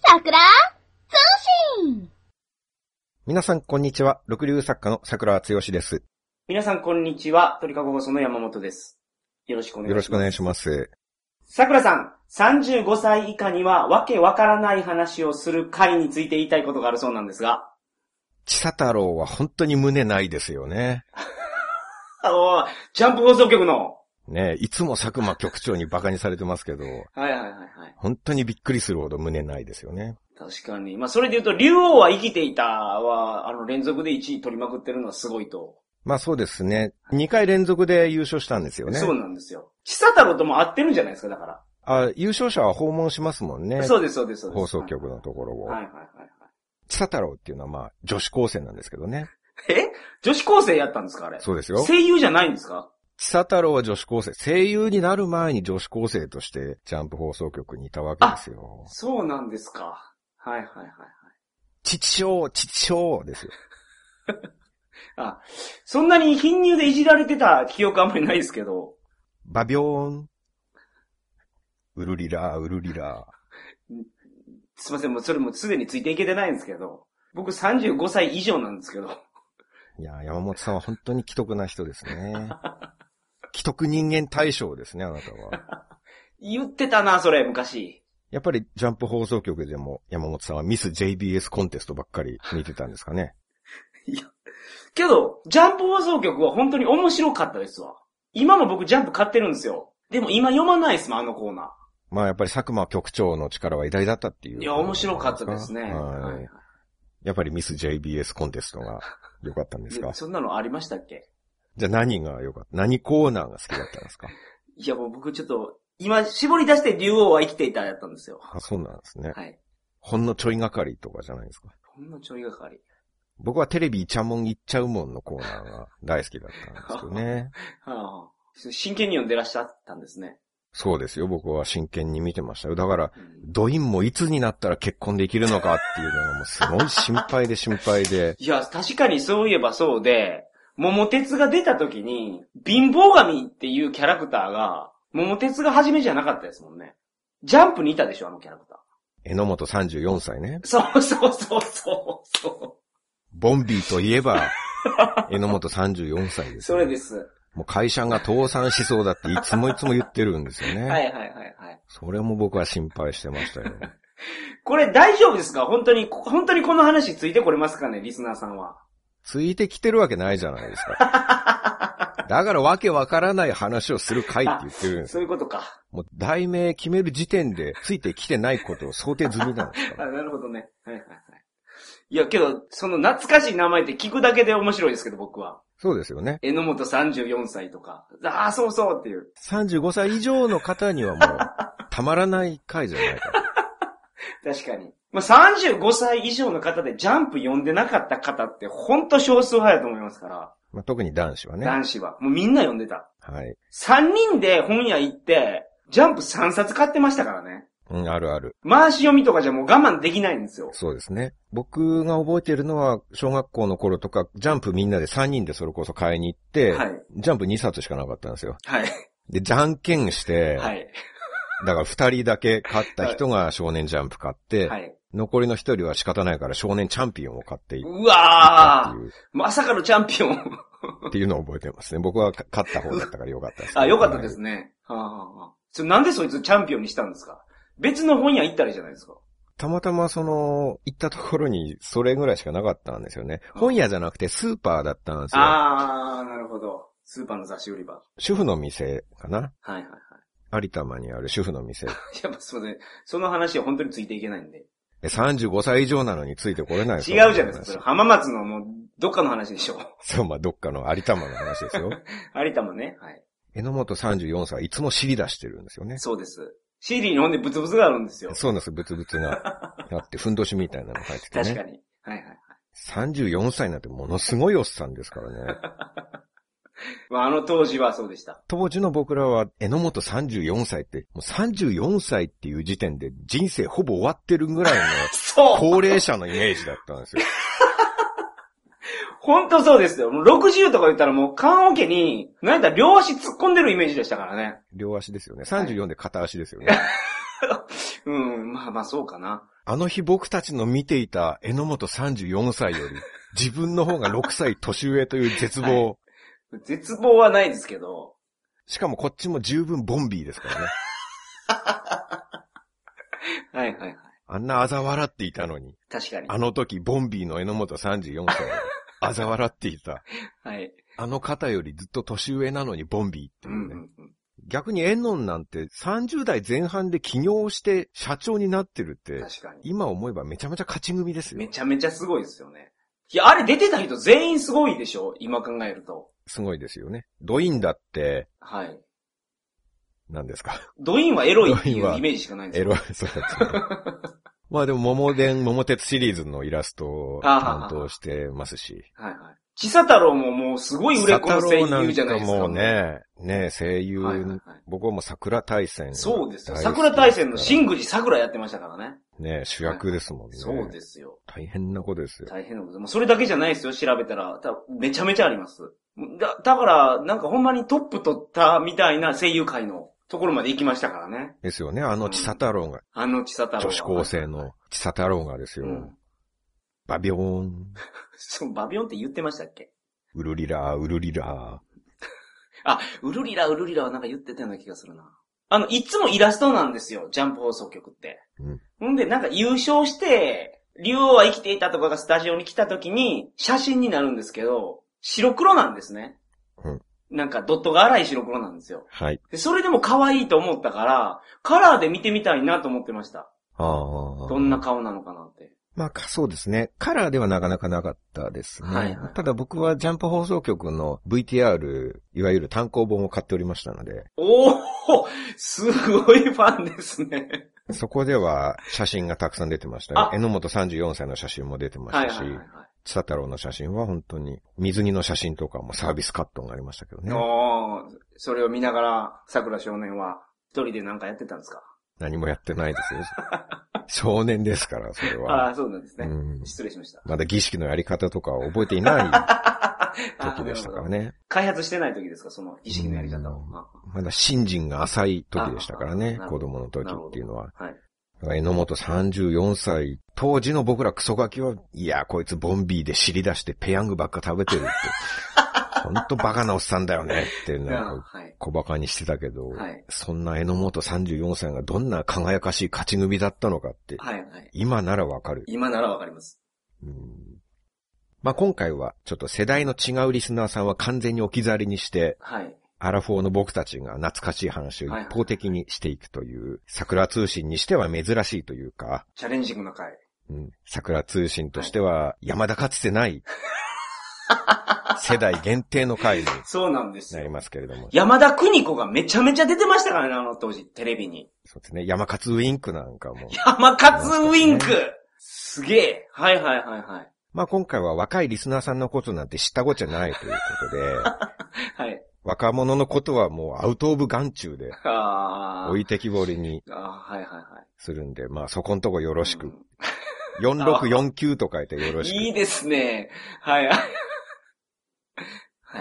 桜通信皆さん、こんにちは。六流作家の桜厚義です。皆さん、こんにちは。鳥かご放送の山本です。よろしくお願いします。よろしくお願いします。桜さん、35歳以下にはわけわからない話をする会について言いたいことがあるそうなんですが。ちさ太郎は本当に胸ないですよね。あおージャンプ放送局の。ねえいつも佐久間局長に馬鹿にされてますけど、はいはいはいはい。本当にびっくりするほど胸ないですよね。確かに。まあ、それで言うと、竜王は生きていたは、あの、連続で1位取りまくってるのはすごいと。まあそうですね。2回連続で優勝したんですよね。そうなんですよ。ちさ太郎とも合ってるんじゃないですか、だから。あ優勝者は訪問しますもんね。そうです、そうです、そうです。放送局のところを。はいはいはいちさ太郎っていうのはまあ女子高生なんですけどね。はい。え女子高生やったんですか、あれ。そうですよ。声優じゃないんですかちさ太郎は女子高生。声優になる前に女子高生としてジャンプ放送局にいたわけですよ。そうなんですか。はいはいはいはい。父親、父親ですよ。あ、そんなに貧乳でいじられてた記憶あんまりないですけど、バビョーン。うるりら、うるりら。すいません、もうそれもうすでについていけてないんですけど、僕35歳以上なんですけど、いや、山本さんは本当に既得な人です ね。既得人間大賞ですね、あなたは。言ってたな、それ、昔。やっぱりジャンプ放送局でも山本さんはミス JBS コンテストばっかり見てたんですかね。けど、ジャンプ放送局は本当に面白かったですわ。今も僕ジャンプ買ってるんですよ。でも今読まないですもん、あのコーナまあやっぱり佐久間局長の力は偉大だったっていう。ー。いや、面白かったですね。はいはいやっぱりミス JBS コンテストが良かったん ですかでそんなのありましたっけじゃあ何が良かった何コーナーが好きだったんですかいや、もう僕ちょっと、今、絞り出して竜王は生きていたやったんですよ。あ、そうなんですね。はい。ほんのちょいがかりとかじゃないですか。ほんのちょいがかり。僕はテレビイチャモンいっちゃうもんのコーナーが大好きだったんですけど ね。はあ、真剣に読んでらっしゃったんですね。そうですよ、僕は真剣に見てましたよ。だから、ドインもいつになったら結婚できるのかっていうのがもうすごい心配で心配で。 いや、確かにそういえばそうで、桃鉄が出た時に、貧乏神っていうキャラクターが、桃鉄が初めじゃなかったですもんね。ジャンプにいたでしょ、あのキャラクター。榎本34歳ね。そうそうそうそうそボンビーといえ ば、榎本34歳でう。すそよ、れです。もう会社が倒産しそうだっていつもいつも言ってるんですよね。 はいはいはいはい。それも僕は心配してましたよ。これ大丈夫ですか本当に、こ本当にこの話ついてこれますかねリスナーさんは。ついてきてるわけないじゃないですか。 だからわけわからない話をする会って言ってるんですそういうことか。もう題名決める時点でついてきてないことを想定済みなんですか あら。なるほどね。はいはいはい。いや、けど、その懐かしい名前って聞くだけで面白いですけど、僕は。そうですよね。榎本34歳とか。ああ、そうそうっていう。 35歳以上の方にはもう、たまらない回じゃないかと。確かに。まあ、35歳以上の方でジャンプ読んでなかった方ってほんと少数派やと思いますから、まあ、特に男子はね。男子は。もうみんな読んでた。はい。 3人で本屋行って、ジャンプ3冊買ってましたからね。うん、あるある。回し読みとかじゃもう我慢できないんですよ。そうですね。僕が覚えてるのは、小学校の頃とか、ジャンプみんなで3人でそれこそ買いに行って、はいジャンプ2冊しかなかったんですよ。はい。で、じゃんけんして、はい。だから2人だけ買った人が少年ジャンプ買って、はい。残りの1人は仕方ないから少年チャンピオンを買っていっうたっわてーいう。まさかのチャンピオン。っていうのを覚えてますね。僕はか勝った方だったからよかったです、あ、よかったですね。ね。はあ、はあはあ、それなんでそいつチャンピオンにしたんですか別の本屋行ったらいいじゃないですか。たまたまその、行ったところにそれぐらいしかなかったんですよね。本屋じゃなくてスーパーだったんですよ。あー、なるほど。スーパーの雑誌売り場。主婦の店かなはいはいはい。有田間にある主婦の店。いや、まあすみません。その話は本当についていけないんで。え35歳以上なのについてこれない違うですじよゃないですか。それ浜松のもう、どっかの話でしょ う。そう、まあ、どっかの有田間の話ですよ。有田もね。はい。榎本34歳はいつも尻出してるんですよね。そうです。シーリーの本でブツブツがあるんですよ。そうなんです、ブツブツ が。あって、ふんどしみたいなの入ってて確かね。に。はいはいはい。 34歳なんてものすごいおっさんですからね。 まあ、あの当時はそうでした。当時の僕らは、榎本34歳って、もう34歳っていう時点で人生ほぼ終わってるぐらい のそう高齢者のイメージだったんですよ。本当そうですよ。もう60とか言ったらもう、棺桶に、なんやったら両足突っ込んでるイメージでしたからね。両足ですよね。34で片足ですよね。うん、まあまあそうかな。あの日僕たちの見ていた榎本34歳より、自分の方が6歳年上という絶望。は絶望はないですけど、しかもこっちも十分ボンビーですからね。はいはいはい。あんな嘲笑っていたのに、確かに。あの時ボンビーの榎本34歳より、嘲笑っていた。はい。あの方よりずっと年上なのにボンビーってういんうね。うんうん。逆にエノンなんて30代前半で起業して社長になってるって、確かに。今思えばめちゃめちゃ勝ち組ですめよ。ちゃめちゃすごいですよね。いや、あれ出てた人全員すごいでしょ今考えると。すごいですよね。ドインだって、はい。何です か。ドインはエロいっていドインはうイメージしかないんですエよ。ロい、そう ですね。まあでも、桃伝、桃鉄シリーズのイラストを担当してますし。はいはい。ちさ太郎ももうすごい売れっ子の声優じゃないですか。もうね、ね、声優、はいはいはい。僕はもう桜大戦。そうですよ。桜大戦の新新宮寺桜やってましたからね。ね、主役ですもんね。そうですよ。大変なことですよ。大変なこと。もうそれだけじゃないですよ、調べたら。ためちゃめちゃあります。だ、だから、なんかほんまにトップ取ったみたいな声優界のところまで行きましたからね。ですよね、あの、千佐太郎が、あの千里女子高生の。千佐太郎がですうよ。ん。 バビョーン、そう、バビオンって言ってましたっけウルリラー、ウルリラあ、ウルリラ、ウルリラはなんか言ってたような気がするな。あの、いつもイラストなんですよ、ジャンプ放送局って。うんほんで、なんか優勝して、竜王は生きていたとかがスタジオに来た時に、写真になるんですけど、白黒なんですね。うんなんかドットが荒い白黒なんですよ。ー。はい。で、それでも可愛いと思ったから、カラーで見てみたいなと思ってました。ああ。どんな顔なのかなって。まあ、かそうですね。カラーではなかなかなかったですね。はいはいただ僕はジャンプ放送局の VTR、いわゆる単行本を買っておりましたので、おーすごいファンですね。そこでは写真がたくさん出てましたよあ。榎本34歳の写真も出てまはいしたはいはい、しはい、。千佐太郎の写真は本当に、水着の写真とかもサービスカットがありましたけどね。おーそれを見ながら、桜少年は、一人でなんかやってたんですか何もやってないですよ。 少年ですから、それあは。あ、そうなんですね。うん失礼し ました。まだ儀式のやり方とかは覚えていな あい時でしたから。なるほどね。開発してない時ですかその儀式のやり方をうん。あまだ信心が浅い時でしたからねあ、あ子供の時っていうのは。はい。だから榎本34歳、当時の僕らクソガキは、いや、こいつボンビーで尻出してペヤングばっか食べてるっ て。ほんとバカなおっさんだよねって、なんかはい。小馬鹿にしてたけど、はいそんな榎本34歳がどんな輝かしい勝ち組だったのかって、はい。はい。今ならわかる。今ならわかります。うんまあ、今回は、ちょっと世代の違うリスナーさんは完全に置き去りにして、はい。アラフォーの僕たちが懐かしい話を一方的にしていくという、桜通信にしては珍しいというか、チャレンジングな回。うん、桜通信としては、山田かつて ない、世代限定の回にそうなんですなりよ。ますけれども、山田邦子がめちゃめちゃ出てましたからね、あの当時、テレビに。そうですね、山勝ウィンクなんかも。山勝ウィンクすげえはいはいはいはい。まあ今回は若いリスナーさんのことなんて知ったことじゃないということで、 はい。若者のことはもうアウトオブ眼中で、あー置いてきぼりにあーはいはいはい。するんで、まあそこんとこよろしく。うん4649と書いてよろしく。いいですね。はい。は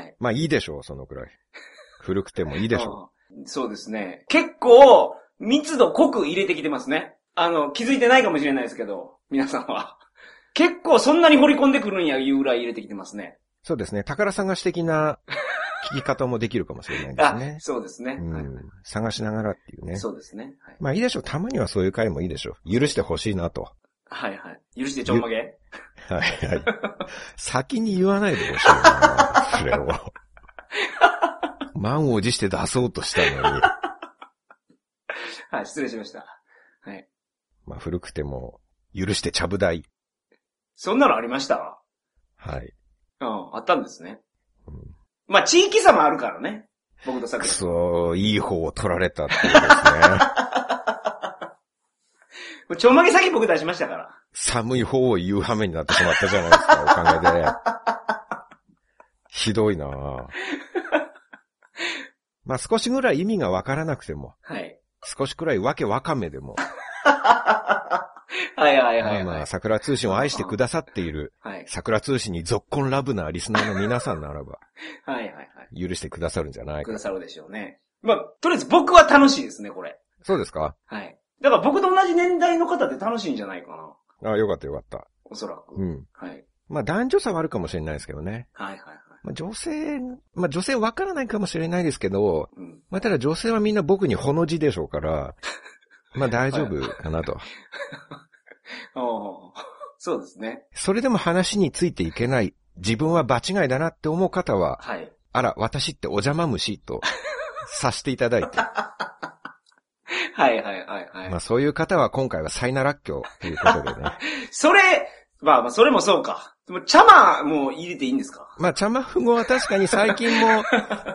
い。まあいいでしょう、そのくらい。古くてもいいでしょうんそうですね。結構、密度濃く入れてきてますね。あの、気づいてないかもしれないですけど、皆さんは。結構そんなに掘り込んでくるんやいうぐらい入れてきてますね。う。そうですね。宝探し的な聞き方もできるかもしれないで あす、ね。そうですね。うはいん。探しながらっていうね。そうですね。はいまあいいでしょう。たまにはそういう回もいいでしょう。許してほしいなと。はいはい。許してちょんまげはいはい。先に言わないでほしいな。それを。満を持して出そうとしたのに。はい、失礼しました。はい。まあ古くても、許してちゃぶ台。そんなのありましたはい。うん、あったんですね。うんまあ、地域差もあるからね。僕とさくくそいい方を取られたっていうですね。ちょんまげ先僕出しましたから。寒い方を言う羽目になってしまったじゃないですか、おかげで。ひどいなぁ まあ少しぐらい意味がわからなくても、はい。少しくらいわけわかめでも、はいはいはまあいまはあい。桜通信を愛してくださっている、はい。桜通信に続婚ラブなリスナーの皆さんならば、はいはいはい。許してくださるんじゃないくか。ださるでしょうね。まあ、とりあえず僕は楽しいですね、これ。そうですかはい。だから僕と同じ年代の方で楽しいんじゃないかな。ああ、よかったよかった。おそらく。うん。はい。まあ男女差はあるかもしれないですけどね。はいはいはい。まあ女性、まあ女性わからないかもしれないですけど、うん。まあただ女性はみんな僕にほの字でしょうから、まあ大丈夫かなと。おー そうですね。それでも話についていけない、自分は場違いだなって思う方は、はい。あら、私ってお邪魔虫と、させていただいて、はいはいはいはい。まあそういう方は今回はサイナラッキョということでね。それ、まあまあ、それもそうか。でも、茶碗もう入れていいんですかまあ茶マフ語は確かに最近も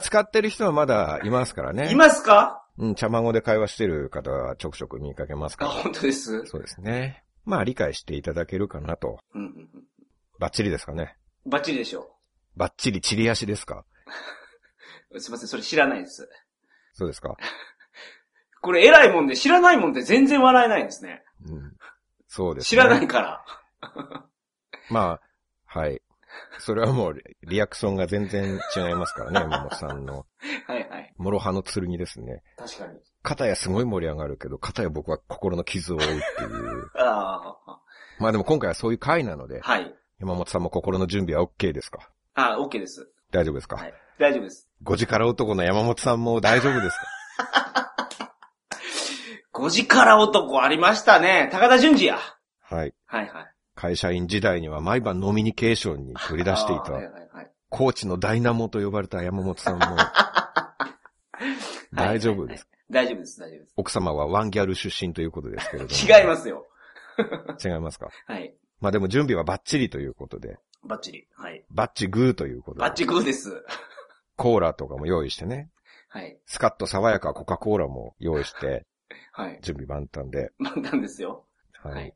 使ってる人はまだいますからね。いますかうん、茶ま語で会話してる方はちょくちょく見かけますあ、か本当ですら。。そうですね。まあ理解していただけるかなと。うんうんうん。バッチリですかね。バッチリでしょバッチリチリ足ですかう。すいません、それ知らないです。そうですかこれ偉いもんで、知らないもんで全然笑えないんですね。うん。そうです、ね。知らない。から。まあ、はい。それはもうリアクションが全然違います からね、山本さんの。はいはい。諸刃の剣ですね。確かに。片やすごい盛り上がるけど、片や僕は心の傷を負うっていう。ああ、まあでも今回はそういう回なので、はい。山本さんも心の準備は OK ですかあー OK です。大丈夫ですか、はい。大丈夫です。 5時から男の山本さんも大丈夫ですか5時から男ありましたね。高田純次や。はい。 はいはい。会社員時代には毎晩ノミニケーションに繰り出していあーはいた、はいはい。コーチのダイナモと呼ばれた山本さんも、 大丈夫です。大丈夫です、大丈夫です。奥様はワンギャル出身ということですけれども。違いますよ。す。違いますか。はい。まあでも準備はバッチリということで、バッチリ。はい。バッチグーということで、バッチグーです。コーラとかも用意してね、はい。スカッと爽やかコカ・コーラも用意して、はい。準備万端で、まあなんですよ。はい。はい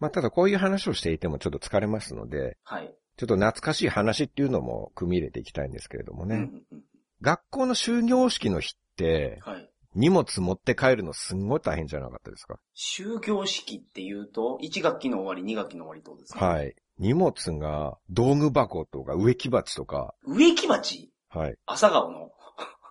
まあただこういう話をしていてもちょっと疲れますので、はい。ちょっと懐かしい話っていうのも組み入れていきたいんですけれどもね。うんうんうん学校の終業式の日って、はい。荷物持って帰るのすんごい大変じゃなかったですか終業式っていうと、1学期の終わり、2学期の終わりってことですかはい。荷物が、道具箱とか植木鉢とか、植木鉢はい。朝顔の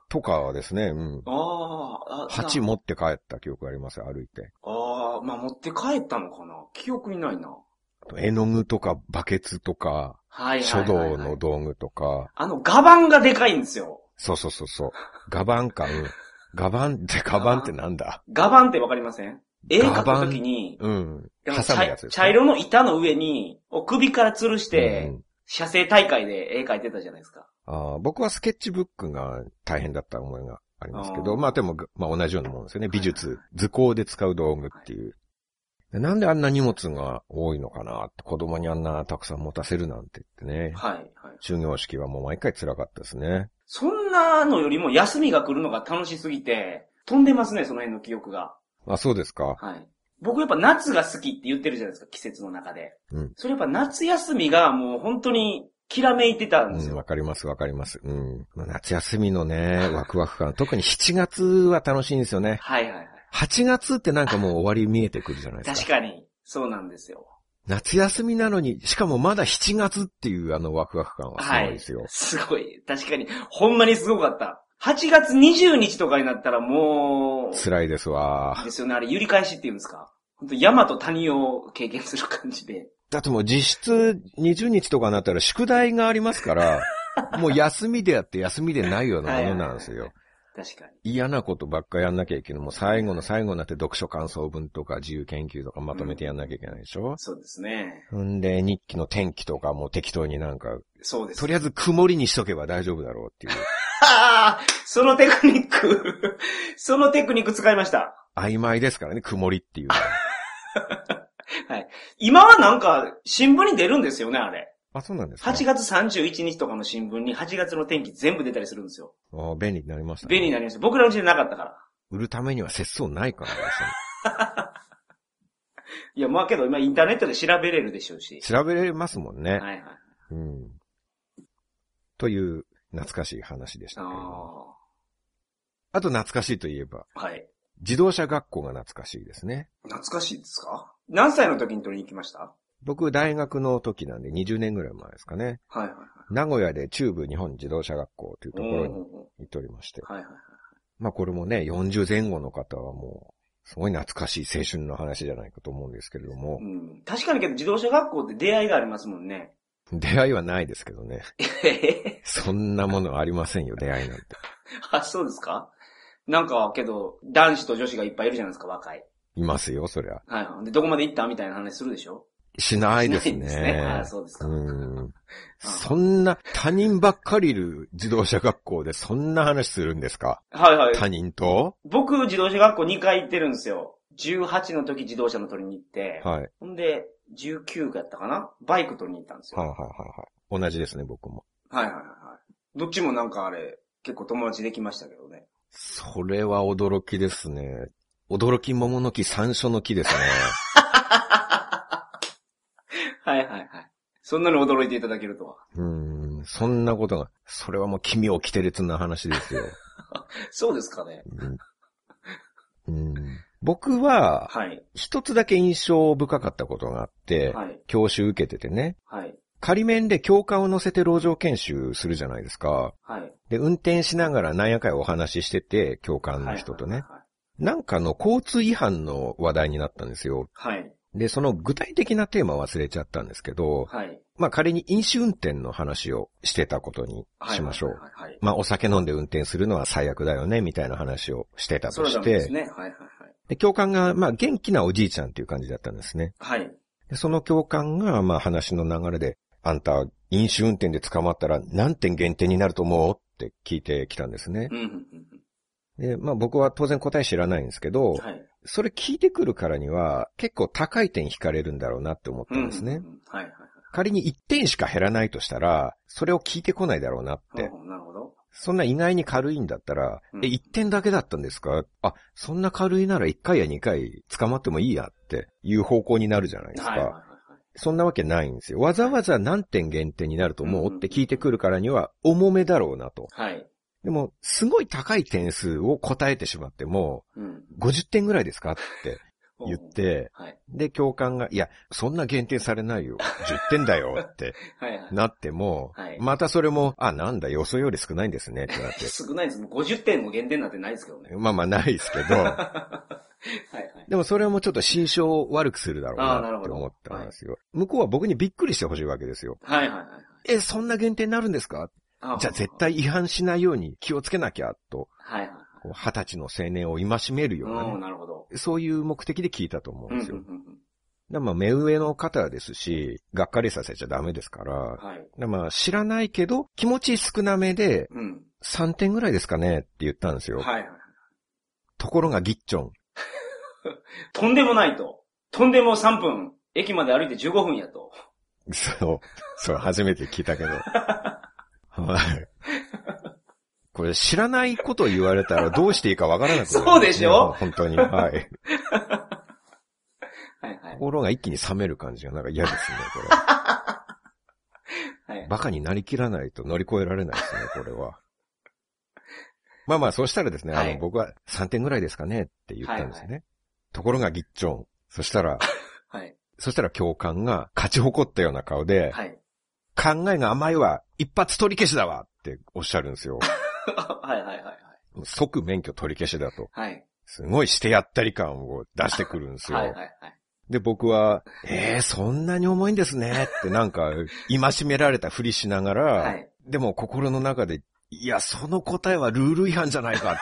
とかはですね、うん。あーあ。鉢も。持って帰った記憶ありますよ、歩いて。ああ、まあ持って帰ったのかな記憶にないな。あと絵の具とか、バケツとか、はいはい書はい、は道い。の。道具とか、あの、画板がでかいんですよ。そうそうそうそう。ガバン 感。ガバンって、ガバンってなんだ画板ってわかりません絵描画板くときに、うん。あ挟のむやつです、茶茶色の板の上に、を首から吊るして、うん写生大会で絵描いてたじゃないですか。あー僕はスケッチブックが大変だった思いがありますけあど、ーまあでも、まあ同じようなもんですよね。美はい術、図工で使う道具っていう。でなんであんな荷物が多いのかなって、子供にあんなたくさん持たせるなんてってね。はい、はい。終業式はもう毎回辛かったですね。そんなのよりも休みが来るのが楽しすぎて、飛んでますね、その辺の記憶が。あ、そうですか。はい。僕やっぱ夏が好きって言ってるじゃないですか、季節の中で。うんそれやっぱ夏休みがもう本当に、きらめいてたんですうん、わよ。かります、わかります。うん。まあ夏休みのね、ワクワク感。特に7月は楽しいんですよね。はいはいはい。 8月ってなんかもう終わり見えてくるじゃないですか。確かに、そうなんですよ。夏休みなのに、しかもまだ7月っていうあのワクワク感はすはごいい。ですよ。すごい。確かに、ほんまにすごかった。8月20日とかになったらもう、辛いですわで。すよね、あれ、揺り返しって言うんですか。本当山と谷を経験する感じで。だってもう実質20日とかになったら宿題があります から、もう休みでやって休みでないようなものなんですはいはいはいよ。確かに。嫌なことばっかやんなきゃいけない。もう最後の最後になって読書感想文とか自由研究とかまとめてやんなきゃいけないでしょ、そうですね。んで、日記の天気とかも適当になんか、そうです。とりあえず曇りにしとけば大丈夫だろうっていう。 ああそのテクニック、 そのテクニック使いました。曖昧ですからね、曇りっていうのは。今はなんか、新聞に出るんですよね、あれ。 あ、そうなんですか8月31日とかの新聞に8月の天気全部出たりするんですよ。あ便利になりました、ね。便利になりました。僕らのうちでなかったから。売るためには節操ないからですね。いや、まあけど今インターネットで調べれるでしょうし。調べれますもんね。はいはい。うん。という、懐かしい話でしたあけれども。ああと懐かしいといえば、ー。はい。自動車学校が懐かしいですね。懐かしいですか何歳の時に取りに行きましたは僕、大学の時なんで20年ぐらい前ですかね。いはいはい。名古屋で中部日本自動車学校というところにおー行っておりまして。はいはいはい。まあこれもね、40前後の方はもすごい懐かしい青春の話じゃないかと思うんですけれどもう、ん。確かにけど自動車学校って出会いがありますもんね。 出会いはないですけどね。そんなものありませんよ、出会いなんて。あ、そうですかなんか、けど、男子と女子がいっぱいいるじゃないですか、若い。いますよ、そりゃ。はいはい。で、どこまで行ったみたいな話するでしょしないですないね。ですね。あそうですか。うんそんな、他人ばっかりいる自動車学校でそんな話するんですかはいはい。他人と僕、自動車学校2回行ってるんですよ。18の時自動車の取りに行って、はい。はいほんで、19やったかなバイク取りに行ったんですよ。はいはいはい。同じですね、僕も。はいはいはいはい。どっちもなんかあれ、結構友達できましたけどね。それは驚きですね。驚き桃の木、山椒の木ですね。はいはいはい。そんなの驚いていただけるとは。うん、そんなことが。それはもう君を着て列な話ですよ。そうですかね。うんうん僕は、はい。一つだけ印象深かったことがあって、はい。教習受けててね、はい。仮面で教官を乗せて路上研修するじゃないですか。はい。で、運転しながら何やかやお話ししてて、教官の人とね。なんかの交通違反の話題になったんですよ。はい。はい。で、その具体的なテーマ忘れちゃったんですけど、はい。まあ仮に飲酒運転の話をしてたことにはい。しましょう。はいはいはい。まあお酒飲んで運転するのは最悪だよね、みたいな話をしてたそとれしはでて、すね。はいはいで教官がまあ元気なおじいちゃんっていう感じだったんですね。はい。はい。でその教官がまあ話の流れで、あんた飲酒運転で捕まったら何点減点になると思うって聞いてきたんですねう。んうんうんで、まあ僕は当然答え知らないんですけどうん。、はい。それ聞いてくるからには結構高い点引かれるんだろうなって思ったんですうねん。うんうん。はいはい仮に1点しか減らないとしたら、それを聞いてこないだろうなっはいて。。ほうほうなるほど。そんな意外に軽いんだったら、うんえ、1点だけだったんですかあ、そんな軽いなら1回や2回捕まってもいいやっていう方向になるじゃないですはいはいはいか。。そんなわけないんですよ。わざわざ何点減点になると思うって聞いてくるからには重めだろうなと。はい。でも、すごい高い点数を答えてしまっても、うん。 50点ぐらいですか って言っ。て、はい。で、教官が、いや、そんな限定されないよ。10点だよってはいはい。なっても、 はいまたそれも、あ、なんだ、予想より少ないんですねってなって。少ないです。もう50点の減点なんてないですけど ね。まあまあないですけ ど、はいはい。でもそれもちょっと心象を悪くするだろうあーななるっほてど思ったんですよ。向こうは僕にびっくりしてほしいわけですよ。はいはいはいはい。え、そんな限定になるんですかあじゃあ絶。対違反しないように気をつけなきゃ、と、はいはいはい。こう二十歳の青年を戒めるようなうね、ん、なるほど。そういう目的で聞いたと思ううんでんうんすうよ。んだからまあ目上の方ですし、がっかりさせちゃダメですからうん。、はい。でまあ、知らないけど、気持ち少なめで、うん。 3点ぐらいですかねって言ったんですよ。はいはい。ところがギッチョン。とんでもないと。とんでも3分。駅まで歩いて15分やと。そう、そう、初めて聞いたけど。はい。これ知らないこと言われたらどうしていいかわからなくなる、そうでしょ本当に。はい。はいはい。心が一気に冷める感じがなんか嫌ですね、こはいれ。バカになりきらないと乗り越えられないですね、これは。まあまあ、そうしたらですね、はあの、い僕は3点ぐらいですかねって言ったんですね。ところがギッチョン。そしたら、はい。そしたら教官が勝ち誇ったような顔で、はい。 考えが甘いわ一発取り消しだわっておっしゃるんですよ。はいはいはいはい。即免許取り消しだと。はい。すごいしてやったり感を出してくるんですよ。はいはいはい。で、僕は、えー、そんなに重いんですねってなんか、戒められたふりしながら、はいでも心の中で、いや、その答えはルール違反じゃないか って、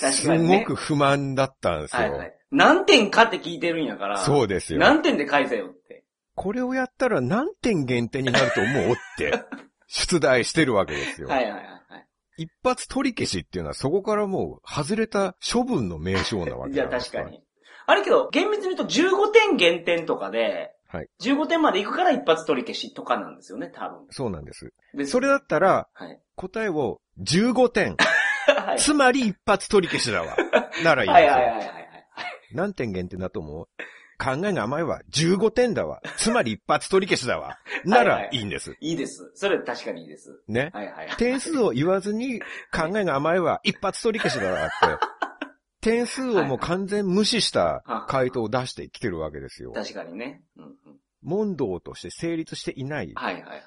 確すかにねごく不満だったんですよ。はいはい。何点かって聞いてるんやから。そうですよ。何点で返せよって。これをやったら何点減点になると思う って、出題してるわけですよ。はいはいはいはい。一発取り消しっていうのはそこからもう外れた処分の名称なわけじじゃゃなあいです確か。かに。あれけど、厳密に言うと15点減点とかで、はい15点まで行くから一発取り消しとかなんですよね、多分。そうなんです。でそれだったらはい。答えを15点。はい。つまり一発取り消し だわ。ならいいはいですはいはいよ。はい何点減点だと思う考えが甘いわ。15点だわ。つまり一発取り消しだわ。なはいらはいいいんです。いいです。それ確かにいいです。ね。はいはい。点数を言わずに考えが甘いわ。一発取り消しだわって。点数をもう完全無視した回答を出してきてるわけですよ。確かにね。うんうん。問答として成立していない。はいはいはい。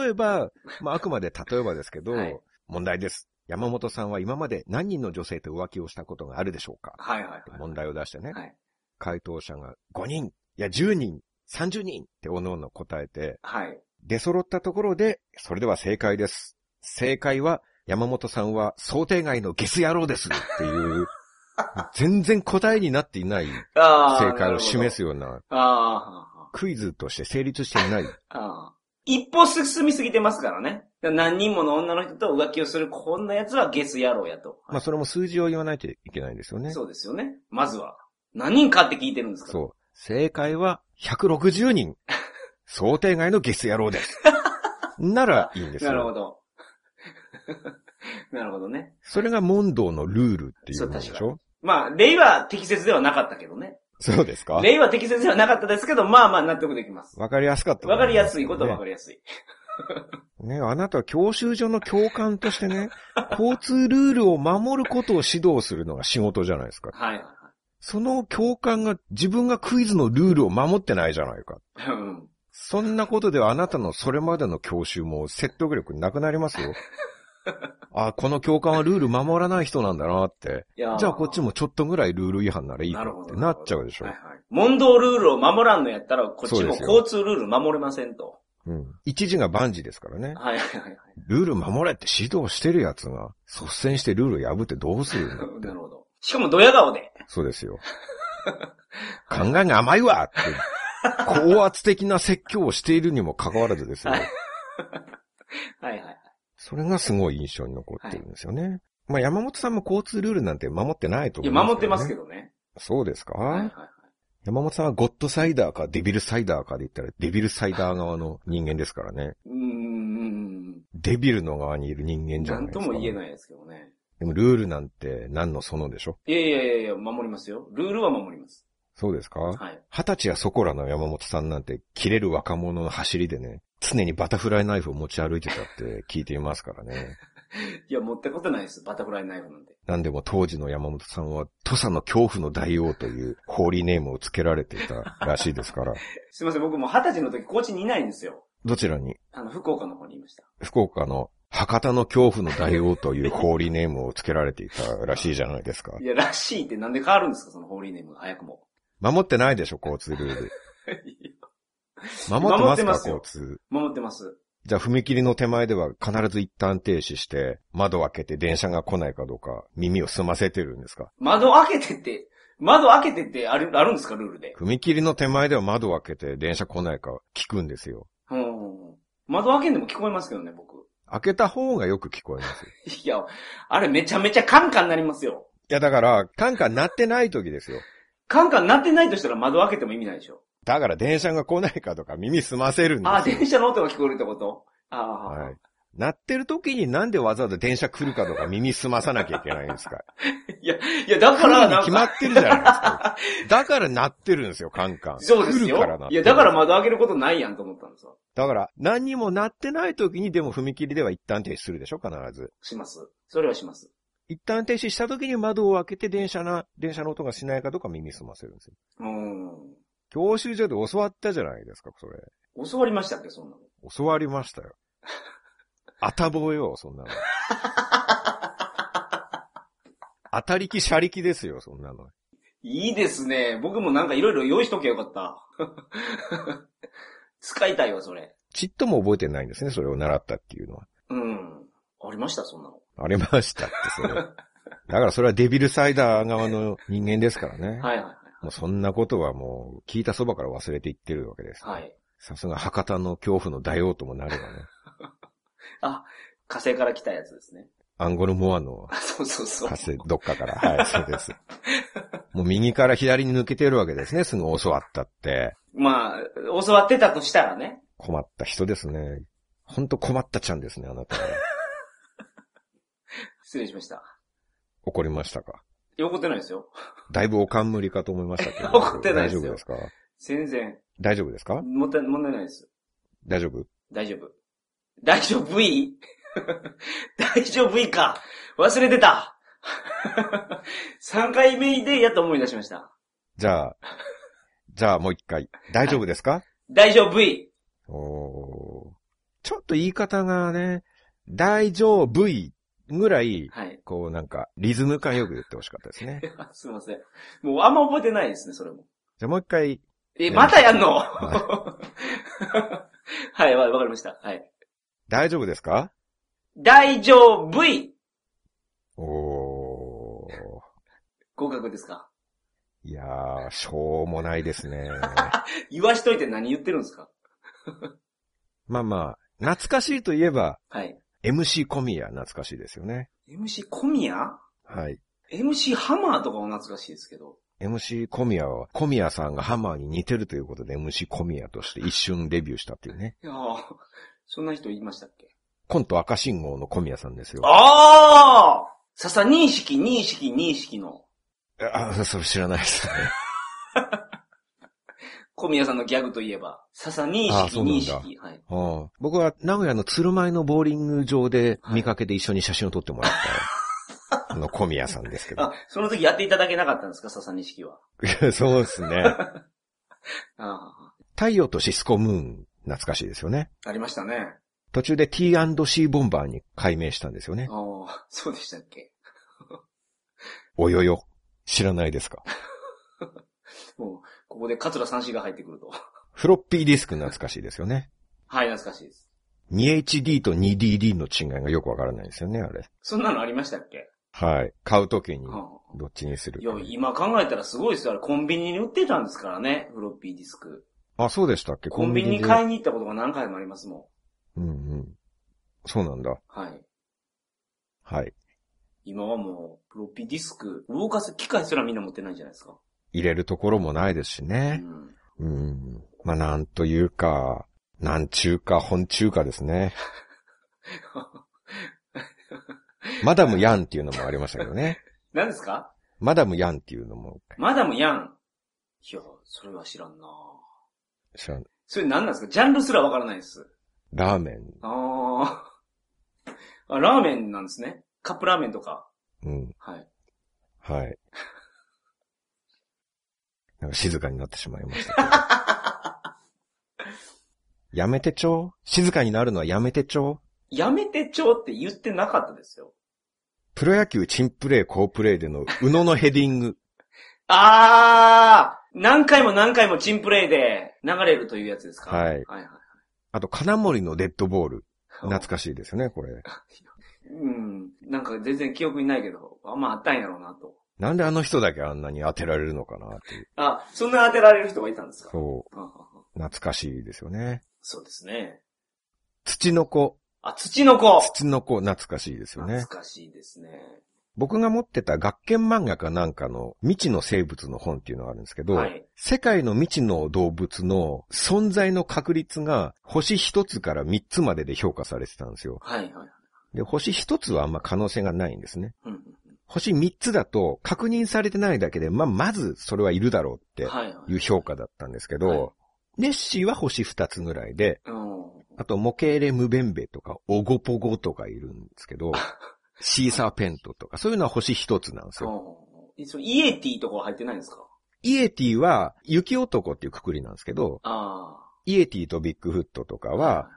例えば、まあ、あくまで例えばですけど、はい問題です。山本さんは今まで何人の女性と浮気をしたことがあるでしょうかはいはいってはい。問題を出してね。はい。回答者が5人、いや10人、30人っておのおの答えて、はい。出揃ったところで、それでは正解です。正解は、山本さんは想定外のゲス野郎ですってい う、全然答えになっていないああ。正解を示す。すような、あクイズとして成立していない。あ。ああ。一歩進みすぎてますからね。何人もの女の人と浮気をするこんな奴はゲス野郎やと。まあそれも数字を言わないといけないんですよね。そうですよね。まずは。何人かって聞いてるんですから。そう。正解は160人。想定外のゲス野郎 です。ならいいんですなるほよ。ど。 なるほどね。それが問答のルールっていうものでしそうょまあ、例は適切ではなかったけどね。そうですか例は適切ではなかったですけど、まあまあ納得できます。わかりやすかったと思わうかりやすいことはわかねりやすい。ね、あなたは教習所の教官として ね、交通ルールを守ることを指導するのが仕事じゃないですか。はいはいはい。その教官が自分がクイズのルールを守ってないじゃないか。うんそんなことではあなたのそれまでの教習も説得力なくなり ますよ。あ、この教官はルール守らない人なんだなって。いやーじゃあこっちもちょっとぐらいルール違反ならいいかなるっほてど。なっちゃうでしょは。いはい問答ルールを守らんのやったら、こっそちうでもすよ交通ルール守れませんと。うん。一時が万事ですからね。はいはいはいはい。ルール守れって指導してるやつが率先してルール破ってどうするん だなるほど。しかもドヤ顔で。そうですよ。考えが甘いわって、高圧的な説教をしているにもかかわらずですよは。いはいはいはい。それがすごい印象に残ってるんですよね。まあ山本さんも交通ルールなんて守ってないとい思や、います、守ってますけど。どね。そうですか、はいはいはい。山本さんはゴッドサイダーかデビルサイダーかで言ったらデビルサイダー側の人間ですから ね。うーん。デビルの側にいる人間じゃないなんですとか。も言えないですけどね。でもルールなんて何のそのでしょいやいやいやいや、守りますよ。ルールは守ります。そうですかはい。二十歳やそこらの山本さんなんて、切れる若者の走りでね、常にバタフライナイフを持ち歩いてたって聞いていますからね。いや、持ったことないです。バタフライナイフなんて。なんでも当時の山本さんは、土佐の恐怖の大王というホーリーネームを付けられていたらしいですから、 すいません、僕もう二十歳の時、高知にいないんですよ。どちらにあの、福岡の方にいました。福岡の博多の恐怖の大王というホーリーネームを付けられていたらしいじゃないですかい。や、らしいってなんで変わるんですか、そのホーリーネームが早くも。 守ってないでしょ、交通ルール。守って守まってすまか、すよ交通。守ってます。じゃあ踏切の手前では必ず一旦停止して、窓を開けて電車が来ないかどうか耳を澄ませてるんですか窓開けてって、窓開けてってある、あるんですか、ルールで。踏切の手前では窓を開けて電車来ないか聞くんですよ。うん。窓開けんでも聞こえますけどね、僕。 開けた方がよく聞こえますよ。いや、あれめちゃめちゃカンカンなりますよ。いやだから、カンカン鳴ってない時ですよ。カンカンなってないとしたら窓開けても意味ないでしょ。だから電車が来ないかとか耳澄ませるんですよ。あ、電車の音が聞こえるってことああ、はい。鳴ってる時になんでわざわざ電車来るかとか耳澄まさなきゃいけないんですかいや、いや、だ来 かるら、になん決まか、ってるじゃないですか。だから鳴ってるんですよ、カンカン。そうです来るから鳴よっ。ているや、だから窓開けることないやんと思ったんですよ。だから、何にもなってない時にでも踏切では一旦停止するでしょ必ず。します。それはします。一旦停止した時に窓を開けて電車な、電車の音がしないかどうか耳澄ませるんですよ。うー教習所で教わったじゃないですか、それ。ん。教わりましたっけ、そんなの。教わりましたよ。あたぼうよ、そんなの。当たりき、車力ですよ、そんなの。いいですね。僕もなんかいろいろ用意しときゃよかった。 使いたいわ、それ。ちっとも覚えてないんですね、それを習ったっていうのは。うん。ありました、そんなの。ありましたって、それ。だからそれはデビルサイダー側の人間ですからね。はいはいはい。もうそんなことはもう、聞いたそばから忘れていってるわけです。はい。さすが博多の恐怖の大王ともなればね。あ、火星から来たやつですね。アンゴルモアの あ、そうそうそう。火星、どっかから。はい、そうです。もう右から左に抜けてるわけですね、すぐ教わったって。まあ、教わってたとしたらね。困った人ですね。ほんと困ったちゃんですね、あなたは。 失礼しました。怒りましたか怒ってないですよ。だいぶおかんむりかと思いましたけど。 怒ってないで大す丈よ夫ですか全然。大丈夫ですかもったい、問題ないです。大丈夫大丈夫。大丈夫い 大丈夫いか。忘れてた。3回目でやっと思い出しました。じゃあ、じゃあもう一回。大丈夫です か大丈夫い。おーちょっと言い方がね、大丈夫いぐらい、はい。 こうなんか、リズム感よく言ってほしかったですね。すいません。もうあんま覚えてないですね、それも。じゃあもう一回、え、ねまたやんのは はい、わ、わかりました。はい。大丈夫ですか大丈夫いおー。合格ですかいやー、しょうもないです ね。言わしといて何言ってるんですかまあまあ、懐かしいといえば、はい。 MC 小宮懐かしいですよね。 MC 小宮はい。 ?MC ハマーとかも懐かしいですけど。 MC 小宮は、小宮さんがハマーに似てるということで MC 小宮として一瞬デビューしたっていうね。いやーそんな人いましたっけコント赤信号の小宮さんですよ。ああ笹認識、認識、認識のあ、それ知らないですね。 小宮さんのギャグといえば、笹認あー識、そうな認んだ識。はい。うん僕は名古屋の鶴舞のボーリング場で見かけて一緒に写真を撮ってもら った、あの小宮さんですけどあ。、その時やっていただけなかったんですか笹認識は。いや そうですね。あ太陽とシスコムーン、懐かしいですよね。あ、ありましたね。途中で T&C ボンバーに改名したんですよね。ああ、そうでしたっけおよよ。知らないですかもう、ここで桂三氏が入ってくると。フロッピーディスク懐かしいですよね。はい、懐かしいです。 2HD と 2DD の違いがよくわからないですよね、あれ。そんなのありましたっけ、はい。買うときに、はあどっちにするいかや、今考えたらすごいですよ。あれコンビニに売ってたんですからね、フロッピーディスク。あ、そうでしたっけコンビニにで買いに行ったことが何回もありますもうんうん。そうなんだ。ん。はい。はい。今はもう、フロッピーディスク、動かす機械すらみんな持ってないんじゃないですか。入れるところもないですしうね。ん。うん。まあ、なんというか、なんちゅうか、本ちゅうかです ね。マダムヤンっていうのもありましたけどね。何ですかマダムヤンっていうのもマダムヤン。いや、それは知らんな知らん、それ何なんですかジャンルすらわからないです。ラーメン。ああ。あ、ラーメンなんですね。カップラーメンとか。うん。はい。はい。 なんか静かになってしまいましたけど。やめてちょう静かになるのはやめてちょうやめてちょうって言ってなかったですよ。プロ野球チンプレー、好プレーでの宇野のヘディング。あー何回も何回もチンプレイで流れるというやつですかはい はいはい。あと金森のデッドボール。懐かかしいですよね、これ。うん。なんか全然記憶にないけど、あんまあったんやろうなと。なんであの人だけあんなに当てられるのかなっていう。あ、そんな当てられる人がいたんですかそああう。懐かしいですよね。そうですね。土の子。あ、土の子土の子懐かしいですよ懐ね。かしいですね。僕が持ってた学研漫画かなんかの未知の生物の本っていうのがあるんですけど、はい世界の未知の動物の存在の確率が星一つから三つまでで評価されてたんですよ。はいはいはい。で、星一つはあんま可能性がないんですね。うんうん星三つだと確認されてないだけで、まあ、まずそれはいるだろうっうんてはいはい。いう評価だったんですけど、はいネッシーは星二つぐらいで、うん。あとモケーレムベンベとかオゴポゴとかいるんですけ ど、シーサーペントとか、そういうのは星一つなんですよ。そう。えそれイエティとかは入ってないんですかイエティは雪男っていうくくりなんですけど、ああ。イエティとビッグフットとかは、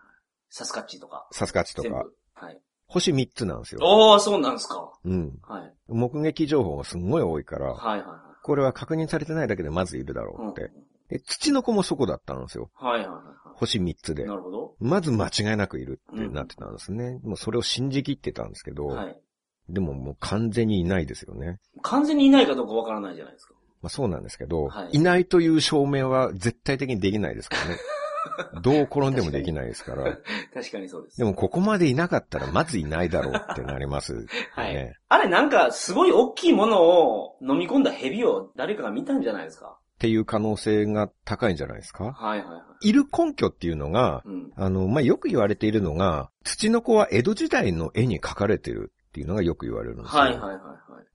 サスカッチとか。サスカチと全か、部。はい。星3つなんですよ。おー、そうなんですか。うん。はい。目撃情報がすんごい多いから、はいはいはこれは確認されてないだけでまずいるだろい。うっうんて。で、土の子もそこだったんですよ。はいはいは星3つい。でな。るほど。まず間違いなくいるってなってたんですね。もうそれを信じきってたんですけど、はい。でももう完全にいないですよね。完全にいないかどうかわからないじゃないですか。まあそうなんですけど、はいい、ないという証明は絶対的にできないですからね。 どう転んでもできないですから。確かにそうです。でもここまでいなかったらまずいないだろうってなります、ね。 はい。あれなんか、すごい大きいものを飲み込んだ蛇を誰かが見たんじゃないですか。っていう可能性が高いんじゃないですかはいはいはい。いる根拠っていうのが、うん。あの、まあ、よく言われているのが、土の子は江戸時代の絵に描かれてるっていうのがよく言われるんですよ。はいはいはいはい。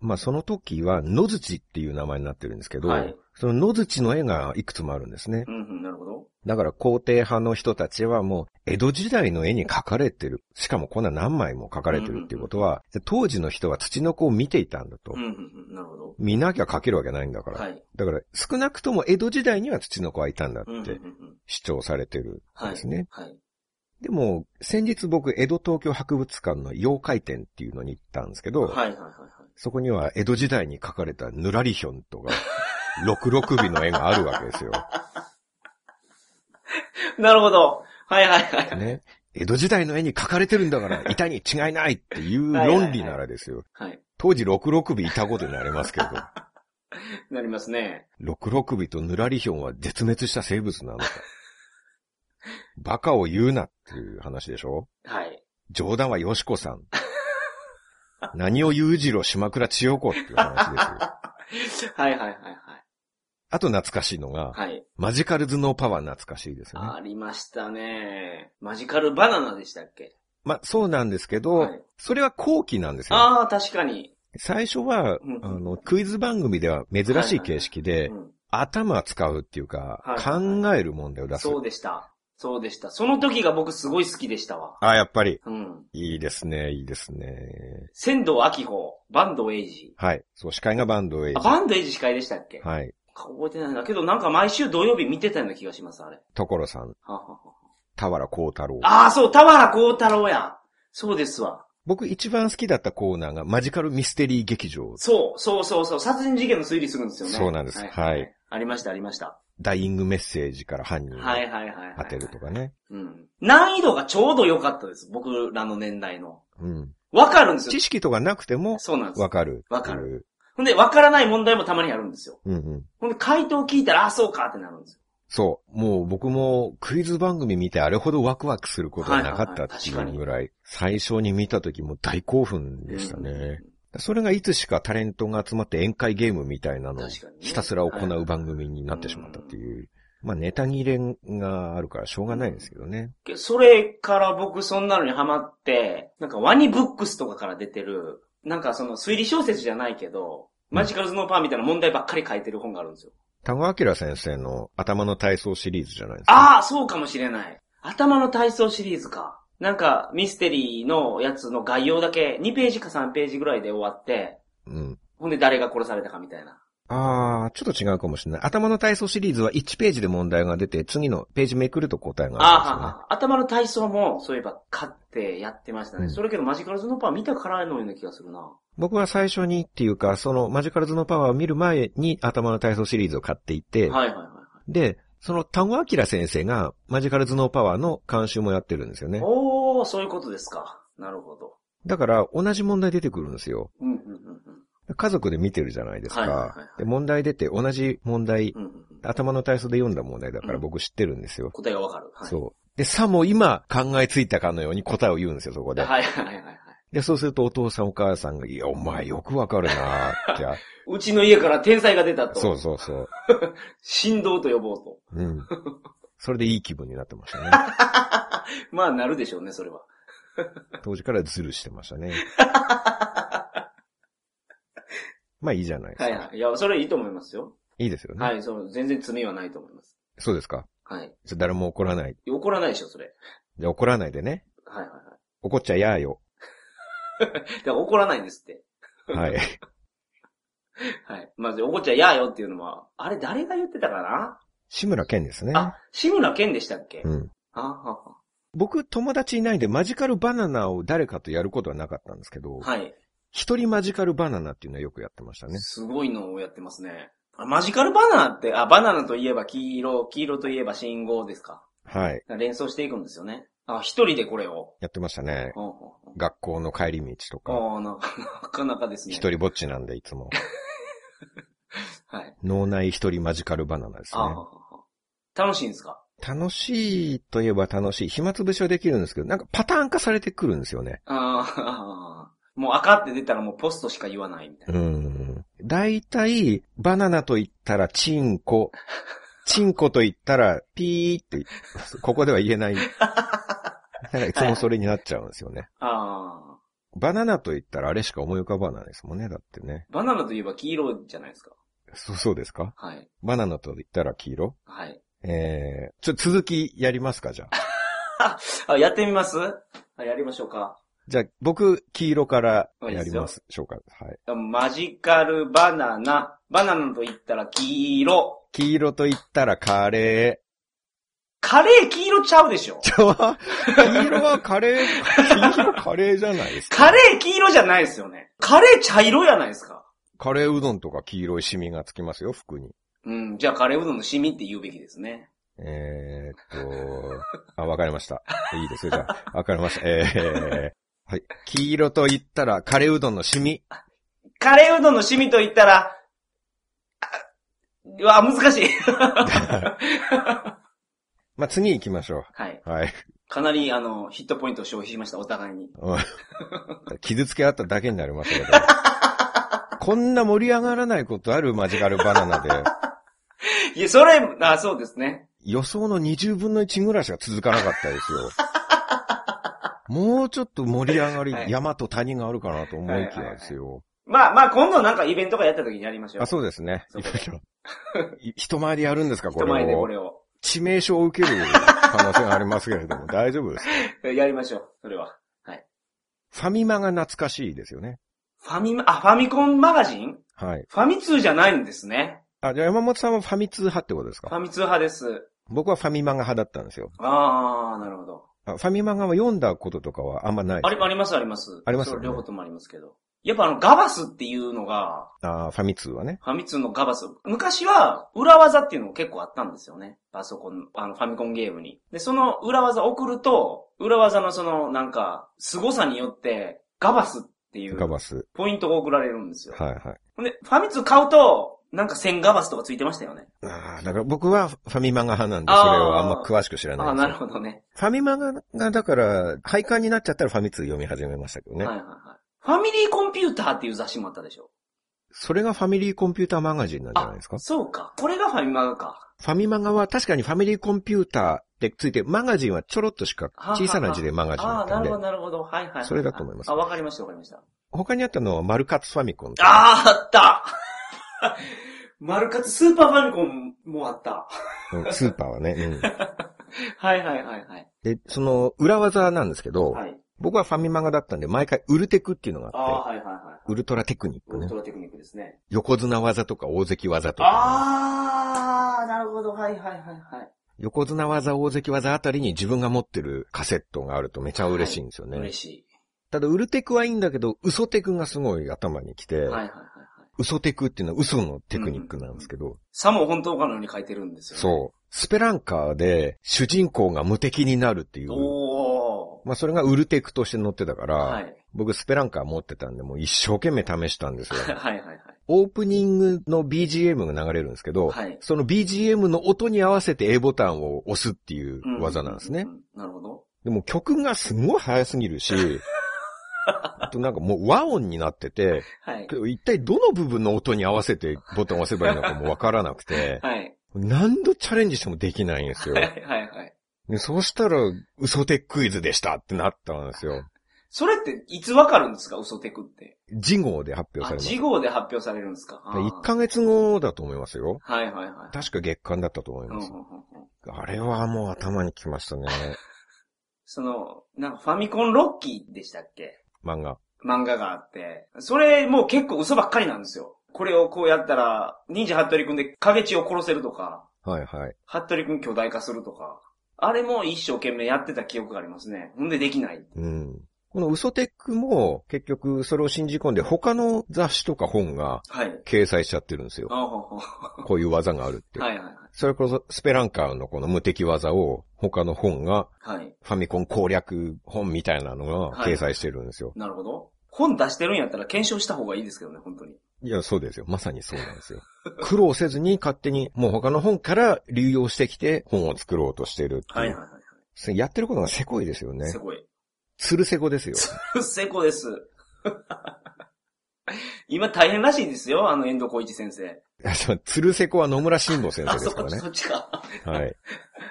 まあ、その時は野槌っていう名前になってるんですけど、はいその野槌の絵がいくつもあるんですね。うんうん、なるほど。だから皇帝派の人たちはもう江戸時代の絵に描かれてる。しかもこんな何枚も描かれてるっていうことは、当時の人は土の子を見ていたんだと。うんうんうん、なるほど。見なきゃ描けるわけないんだから。はい。だから少なくとも江戸時代には土の子はいたんだうんうんっうてんうん。主張されてるんはい。ですね。はい。でも、先日僕、江戸東京博物館の妖怪展っていうのに行ったんですけど、はいはいはいはい。そこには江戸時代に描かれたぬらりひょんとか、六六尾の絵があるわけ ですよ。なるほど。はいはいはい。ね。江戸時代の絵に描かれてるんだから、板に違いないっていう論理ならですよ。はい。当時六六尾いたことになります けど、なりますね。六六尾とぬらりひょんは絶滅した生物なのか。バカを言うなっていう話でしょはい。冗談はよしこ さん。何を言うじろ島倉千代子っていう話ですよ。はいはいはいあと懐かしいのが、はい。はい。マジカル頭脳パワー懐かしいですよね。ありましたね。マジカルバナナでしたっけまあ、そうなんですけど、はいそれは後期なんですよ。ああ、確かに。最初は、うんあの、クイズ番組では珍しい形式で、うん頭使うっていうか、はい考える問題を出す。そうでした。そうでした。その時が僕すごい好きでしたわ。あ、やっぱり、うん。いいですね、いいですね。仙道明穂、バンドエイジ。はい。そう、司会がバンドエイあ、ジ。バンドエイジ司会でしたっけ、はい。か覚えてないんだけど、なんか毎週土曜日見てたような気がします、あれ。所さん、はあはあは田原幸太郎。ああー、そう、田原幸太郎や。そうですわ。僕一番好きだったコーナーがマジカルミステリー劇場。そう、そうそうそう、殺人事件の推理するんですよね。そうなんですはい。ありました、ありました。ダイイングメッセージから犯人をはいはいはいはい。当てるとかね。うん。難易度がちょうど良かったです、僕らの年代の。うん。わかるんですよ知。識とかなくても、そうなんですわ。かる。わかる。ほんで、わからない問題もたまにあるんですよ。うんうん。ほんで、回答聞いたら、あ、そうかってなるんですよ。そう。もう僕もクイズ番組見てあれほどワクワクすることはなかったってはいはいはい確かいにうぐらい、最初に見た時も大興奮でしたね。うん。それがいつしかタレントが集まって宴会ゲームみたいなのを確かにねひたすら行う番組になってしまったっていう。まあネタ切れがあるからしょうがないですけどね。けそれから僕そんなのにハマって、なんかワニブックスとかから出てる、なんかその推理小説じゃないけど、マジカルスノーパーみたいな問題ばっかり書いてる本があるんですよ。田川明先生の頭の体操シリーズじゃないですか。ああ、そうかもしれない。頭の体操シリーズか。なんかミステリーのやつの概要だけ2ページか3ページぐらいで終わって、うん。ほんで誰が殺されたかみたいな。ああ、ちょっと違うかもしれない。頭の体操シリーズは1ページで問題が出て、次のページめくると答えがあるんですよね。ああ、頭の体操もそういえば買ってやってましたね。うんそれけどマジカルスノーパー見たからのような気がするな。僕は最初にっていうか、そのマジカルズのパワーを見る前に頭の体操シリーズを買っていて、はいはいはいはい。で、その田尾明先生がマジカル頭脳パワーの監修もやってるんですよね。おー、そういうことですか。なるほど。だから同じ問題出てくるんですよ。うん、うん、うん家族で見てるじゃないですか。はいはいはいはいで問題出て同じ問題、うん、うんうん。頭の体操で読んだ問題だから僕知ってるんですよ。答えがわかる。はい。そう。で、さも今考えついたかのように答えを言うんですよ、そこで。 はいはいはいはいはい。で、そうするとお父さんお母さんが、いや、お前よくわかるなーって あ。うちの家から天才が出たと。そうそうそう。振動と呼ぼうと。うん。それでいい気分になってましたね。 まあ、なるでしょうね、それは。当時からズルしてましたね。まあいいじゃないですか。はいはい。いや、それいいと思いますよ。いいですよね。はい、そう、全然罪はないと思います。そうですか。はい。じゃあ誰も怒らない。怒らないでしょ、それ。じゃあ怒らないでね。はいはいは怒っちゃやーよ。い。だから怒らないんですって。 はい。はい。まず、怒っちゃやーよっていうのは、あれ誰が言ってたかな志村けんですね。あ、志村けんでしたっけうん。あはは僕、友達いないんで、マジカルバナナを誰かとやることはなかったんですけど、はい。一、人マジカルバナナっていうのはよくやってましたね。すごいのをやってますね。あマジカルバナナって、あ、バナナといえば黄色、黄色といえば信号ですか。はい。連想していくんですよね。あ、一人でこれを。やってましたね。ほうほう学校の帰り道とか、ほうあーな なかなかですね。一。人ぼっちなんで、いつ も。はい。脳内一人マジカルバナナですあーはねは。は楽しいんですか楽しいといえば楽しい。暇つぶしはできるんですけど、なんかパターン化されてくるんですよね。ああ、 もう赤って出たらもうポストしか言わないみたいうな。ん。大体、バナナと言ったらチン コ。チンコと言ったらピーって、ここでは言えない。だからいつもそれになっちゃうんですよね。ああ、バナナと言ったらあれしか思い浮かばないですもんね。だってね。バナナといえば黄色じゃないですか。そ、そうですかはい。バナナと言ったら黄色はい。えー、ちょ、続きやりますか、じゃあ。あ、やってみますあ、やりましょうか。じゃあ、僕、黄色からやりますでしょうか。はい。マジカルバナナ。バナナと言ったら黄色。黄色と言ったらカレー。カレー黄色ちゃうでしょちょ、 黄色はカレー、黄色カレーじゃないですか。カレー黄色じゃないですよね。カレー茶色やないですか。カレーうどんとか黄色いシミがつきますよ、服に。うん、じゃあカレーうどんのシミって言うべきですね。え ー、っと、あ、わかりました。いいですよ、じゃあ。わかりました。えー、はい。黄色と言ったら、カレーうどんのシ ミ。カレーうどんのシミと言ったら、あうわ、難しい。 まあ、次行きましょはい。う。はい。かなり、あの、ヒットポイントを消費しました、お互いに。うん傷つけあっただけになりましたけど。こんな盛り上がらないことあるマジカルバナナで、いや、それ、あ、そうですね。予想の20分の1ぐらいしか続かなかったです よ。もうちょっと盛り上がり、はい山と谷があるかなと思いきやですよ。まあまあ、今度なんかイベントがやった時にやりましょう。あ、そうですね。そこでい 人前でやるんですか、こ人前でれこを。れを。致命傷を受ける可能性がありますけれども、 大丈夫ですか。やりましょう、それは。ファミマが懐かしいですよね。ファミマ、あ、ファミコンマガジンはい。ファミ通じゃないんですね。あ、じゃあ山本さんはファミ通派ってことですフかァミ通派です。僕はファミマガ派だったんですよ。ああ、なるほど。あファミマガは読んだこととかはあんまないであすり、あります、あります。ありますよそうね両方ともありますけど。やっぱあの、ガバスっていうのが、あーファミ通はね。ファミ通のガバス。昔は、裏技っていうのも結構あったんですよね。パソコン、あの、ファミコンゲームに。で、その裏技送ると、裏技のその、なんか、凄さによって、ガバスっていガう、バス。ポイントが送られるんですよ。はいはい。ほんで、ファミ通買うと、なんか1000ガバスとかついてましたよね。ああ、だから僕はファミマガ派なんで、あーそれはあんま詳しく知らあなあ、いなでるすほどね。ファミマガが、だから、廃刊になっちゃったらファミ通読み始めましたけどね。はいはいはい。ファミリーコンピューターっていう雑誌もあったでしょ。それがファミリーコンピューターマガジンなんじゃないですかそうか。これがファミマガか。ファミマガは確かにファミリーコンピューターってついて、マガジンはちょろっとしか小さな字でマガジンだあっあ、たなんるでほど、、なるほど。はいはいはい。それだと思いますあ、わかりました、わかりました。他にあったのはマルカツファミコン。ああ、あった マルカツスーパーファミコンもあった。うんスーパーはね。うん。はいはいはいはい。で、その裏技なんですけど、はい。僕はファミマガだったんで、毎回ウルテクっていうのがあああっ、はいはいはい。て、ウルトラテクニックウルねト。ラテクニックですね。横綱技とか大関技とか、ああ、なるほど。はいはいはいはい。横綱技、大関技あたりに自分が持ってるカセットがあるとめちゃ嬉しいんですよね。嬉しただ、ウルテクはいいんだけど、嘘テクがすごい頭に来て、い。はいはいはいはい。嘘テクっていうのは嘘のテクニックなんですけど、さも本当かのように書いてるんですよ、ね。そう。スペランカーで主人公が無敵になるっていう、おまあそれがウルテクとして載ってたから、ー。はい。僕スペランカー持ってたんで、もう一生懸命試したんです よ。はいはいはい。オープニングの BGM が流れるんですけど、はいその BGM の音に合わせて A ボタンを押すっていうう技なんですね。うううんなるほど。でも曲がすごい速すぎる し、あとなんかもう和音になってて、はいけ。ど一体どの部分の音に合わせてボタンを押せばいいのかもわからなくて、はい。何度チャレンジしてもできないんですよ は。いはいはい。でそうしたら、嘘テクイズでしたってなったんですよ。それっていつわかるんですか嘘テクって。次号で発表さあ、れま事す。号で発表されるんですかあー1ヶ月後だと思いますよ。はいはいはい。確か月間だったと思いうんうまんうすん。うんあれはもう頭にきましたね。その、なんかファミコンロッキーでしたっけ漫画。漫画があって。それもう結構嘘ばっかりなんですよ。これをこうやったら、忍者ハットリくんで影地を殺せるとか、はいはい。ハットリくん巨大化するとか。あれも一生懸命やってた記憶がありますね。ほんでできない。うん。この嘘テックも結局それを信じ込んで他の雑誌とか本がはい。掲載しちゃってるんですよ。あほほこういう技があるって。はいはいはい。それこそスペランカーのこの無敵技を他の本がはい。ファミコン攻略本みたいなのが掲載してるんですよ。なるほど。本出してるんやったら検証した方がいいですけどね、本当に。い、や、そうですよ。まさにそうなんですよ。 苦労せずに勝手にもう他の本から流用してきて本を作ろうとしてるっていう。はいはいはそれやってることがせこいですよい。ねす。ごい。つるせこ ですよ。成功です。 今大変らしいですよ、あの遠藤浩一先生。あそうつるせこは野村慎吾先生あ、でそすっからか、ねそ。っちか。 はい。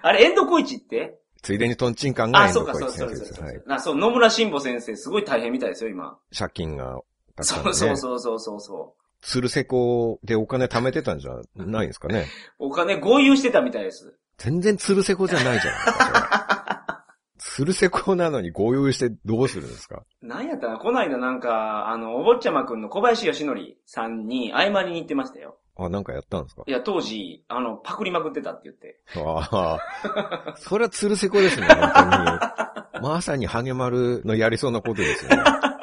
あれ、遠藤浩一ってついでにトンチンカンがあ、遠そう藤か、そ浩う一そ先生でうそうそす。う、はい。なそう、野村慎吾先生、すごい大変みたいですよ、今。借金がたくさんそね。うそうそうそうそうそう。つるせこでお金貯めてたんじゃないですかね。お金合流してたみたいです。全然つるせこじゃないじゃないですかそれ。フ ルセコなのに合流してどうするんですかなんやったら、こないだなんか、あの、お坊ちゃまくんの小林義則さんに謝りに行ってましたよ。あ、なんかやったんですかいや、当時、あの、パクりまくってたって言って。ああ。それはツルセコですね、本当に。まさにハゲマルのやりそうなことですよね。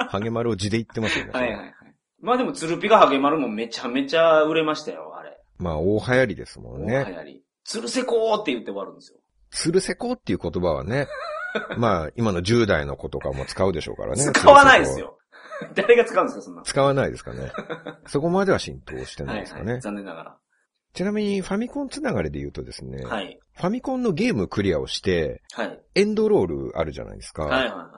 ハゲマルを字で言ってますよね。はいはいはい。まあでも、つるぴがハゲマルもめちゃめちゃ売れましたよ、あれ。まあ、大流行りですもん大ね。流行り。つるせこーって言って終わるんですよ。ツルセコっていう言葉は ね、まあ、今の10代の子とかも使うでしょうからね。使わないです鶴瀬よ。 誰が使うんですか、そんな子。。使わないですか ね。そこまでは浸透してないですかね。はいはい。残念ながちなみに、ファミコンつながりで言うとですね、ら。はい。ファミコンのゲームクリアをして、はい。エンドロールあるじゃないですか。はいはいは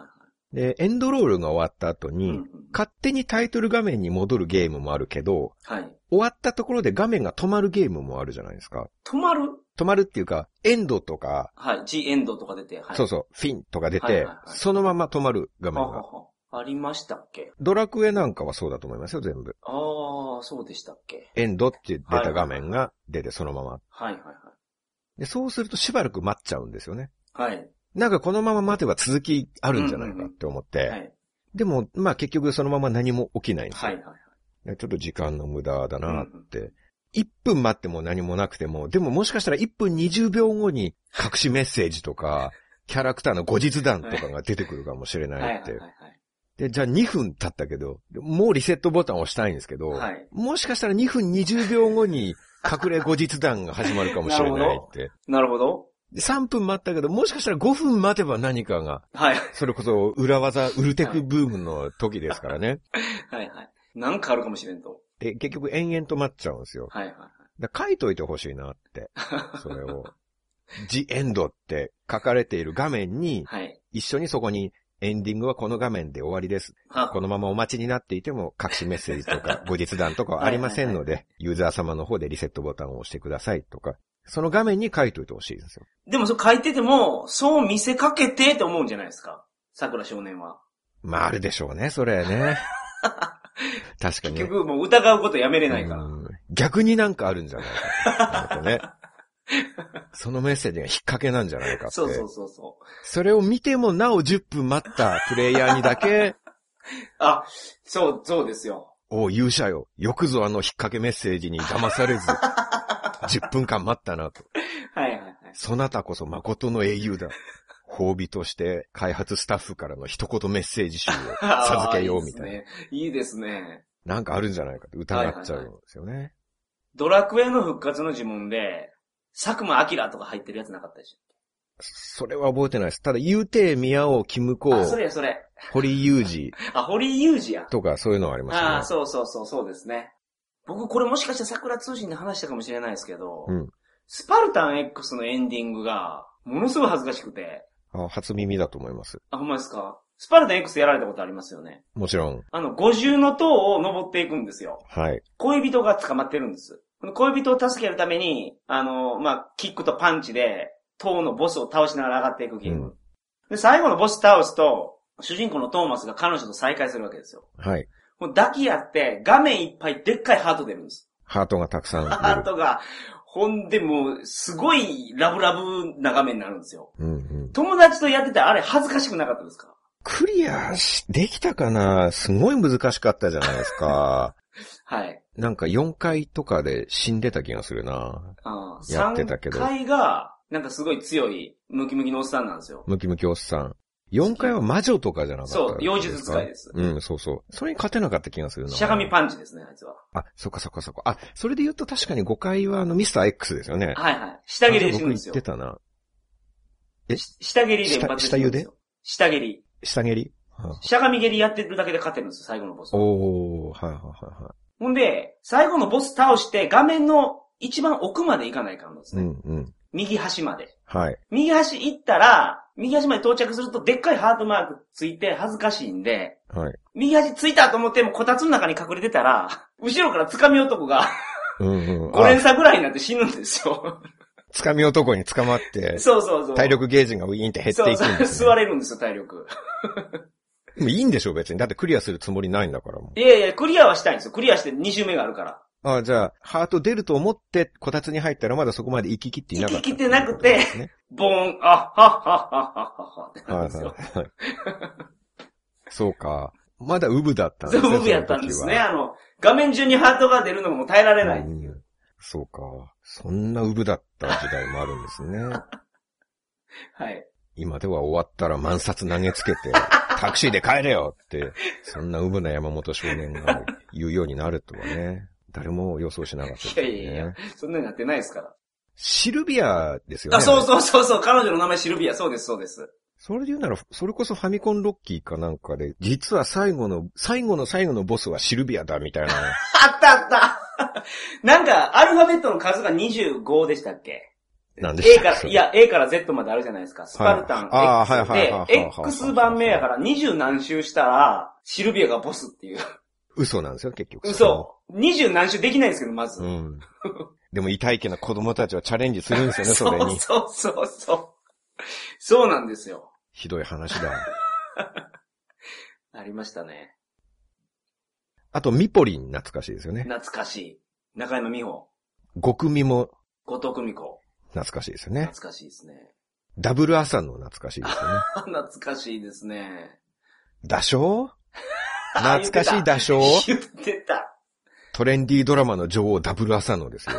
で、エンドロールが終わった後い。に、うんうん勝手にタイトル画面に戻るゲームもあるけど、はい。終わったところで画面が止まるゲームもあるじゃないですか。止まる止まるっていうか、エンドとか、はい。G エンドとか出て。はい。そうそう、フィンとか出て、はいはいはいそのまま止まる画は面が。ははありましたっけドラクエなんかはそうだと思いますよ、全部。ああ、そうでしたっけエンドって出た画面が出てそのまま。はいはいで、そうするとしばらく待っちゃうんですよね。はい。はい。なんかこのまま待てば続きあるんじゃないかって思って。はい。でも、まあ結局そのまま何も起きないんですよ。はいはいはい。でちょっと時間の無駄だなって。1分待っても何もなくても、でももしかしたら1分20秒後に隠しメッセージと か、キャラクターの後日談とかが出てくるかもしれはいはないいって。はいで、じゃあ2分経ったけど、もうリセットボタンを押したいんですけど、はい。はい。もしかしたら2分20秒後に隠れ後日談が始まるかもしれないって。なるほど。で3分待ったけど、もしかしたら5分待てば何かが、はい。それこそ裏技、ウルテクブームの時ですから ね。はいはい。なんかあるかもしれんと。で、結局延々と待っちゃうんですよ。はいはいはい。だから書いといてほしいなって、それを。The End って書かれている画面に、はい。一緒にそこに、エンディングはこの画面で終わりです。はこのままお待ちになっていても、隠しメッセージと か、後日談とかはありませんので、ユーザー様の方でリセットボタンを押してくださいとか、その画面に書いといてほしいですよ。でもそう書いてても、そう見せかけてって思うんじゃないですか。桜少年は。まあ、あるでしょうね、それ ね。確かに結ね。局もう疑うことやめれないかうんら。逆になんかあるんじゃないか。なんかね。 そのメッセージが引っ掛けなんじゃないかって。そうそうそうそう。それを見てもなお10分待ったプレイヤーにだけ、 あ、そう、そうですよ。おう勇者よ。よくぞあの引っ掛けメッセージに騙さ れず、10分間待ったなと。はいはいはい。そなたこそ誠の英 雄だ。褒美として開発スタッフからの一言メッセージ集を授けようみたいな。な。いいですね。なんかあるんじゃないかって疑っちゃうんですよね。ドラクエの復活の呪文で、佐久間明とか入ってるやつなかったでしそれは覚えてないです。ただ、言うて、宮尾、キムコょ。あ、それやそれ。堀裕二あ、堀井雄二や。とかそういうのはありましたね。ああ、そうそうそう、そうですね。僕これもしかしたら桜通信で話したかもしれないですけど、うんスパルタン X のエンディングが、ものすごい恥ずかしくて、あ初耳だと思います。あ、ほんまですかスパルタン X やられたことありますよね。もちろん。あの、五重の塔を登っていくんですよ。はい。恋人が捕まってるんです。この恋人を助けるために、あの、まあ、キックとパンチで、塔のボスを倒しながら上がっていくゲーム。うんで、最後のボス倒すと、主人公のトーマスが彼女と再会するわけですよ。はい。もう抱き合って、画面いっぱいでっかいハート出るんです。 ハートがたくさんハ出ーる。トが、ほんでもう、すごいラブラブな画面になるんですよ。うんうん、友達とやってたらあれ恥ずかしくなかったですかクリアし、できたかなすごい難しかったじゃないです か。はい。なんか4回とかで死んでた気がするな。あーやってたけど3回が、なんかすごい強い、ムキムキのおっさんなんですよ。ムキムキおっさん。4回は魔女とかじゃなかったそうですか妖術使いですうん、そうそう。それに勝てなかった気がするな。しゃがみパンチですね、あいつは。あ、そっかそっかそっか。あ、それで言うと確かに5回はあのミスター X ですよね。はいはい。下蹴りで死僕ぬ言んでっすよて。たな。えし下蹴りで一発で死ぬんですよ。下蹴り。下蹴りはあしゃがみ蹴りやってるだけで勝てるんですよ、最後のボス。おー、はいはいはいはほんで、最後のボス倒して、画面の一番奥まで行かないかんのですい。うね。んうん。右端まで。はい。右端行ったら、右端まで到着すると、でっかいハートマークついて恥ずかしいんで、はい。右端ついたと思っても、こたつの中に隠れてたら、後ろから掴み男が、うんうん。 5連あ、鎖ぐらいになって死ぬんですよ。つかみ男に捕まって、そうそうそう。体力ゲージがウィーンって減っていくんそうでそすう、座ね。れるんですよ、体力。でもいいんでしょ、別に。だってクリアするつもりないんだからもう。いやいや、クリアはしたいんですよ。クリアして2周目があるから。あじゃあ、ハート出ると思って、こたつに入ったらまだそこまで行ききっていなかった。行ききってなくてですね。ボーン、あ、はっはっはっはっはってなるんはいですはいよ。はい。 そうか。まだウブだったんそですね。う、ブブやったんですね。その時は。あの、画面中にハートが出るのも耐えられないっていううんそうか。そんなウブだった時代もあるんです ね。はい。今では終わったら万札投げつけて、タクシーで帰れよって、そんなウブな山本少年が言うようになるとはね。誰も予想しなかったですね。いやいやいやそんなになってないですから。シルビアですよね。あ、そうそうそうそう、彼女の名前シルビア、そうです、そうです。それで言うなら、それこそファミコンロッキーかなんかで、実は最後の、最後の最後のボスはシルビアだみたいな。あったあったなんか、アルファベットの数が25でしたっけなんで A した から、い、や、A から Z まであるじゃないですか。スパルタはいン、あーはいはいはいはいはいはい X で、X 番目やから20何周したら、シルビアがボスっていう。嘘なんですよ、結局。嘘。20何周できないんですけど、まず。うん。でも、痛いけな子供たちはチャレンジするんですよね、そ それうに。そうそうそう。そうなんですよ。ひどい話だ。ありましたね。あと、ミポリン懐かしいですよね。懐かしい。中山美穂。五組も後藤久美子。懐かしいですよね。懐かしいですね。 ダブル朝の懐かしいですよね。あ懐かしいですね。だしょう懐かしいだしょう言ってた。トレンディードラマの女王ダブル朝のですよ。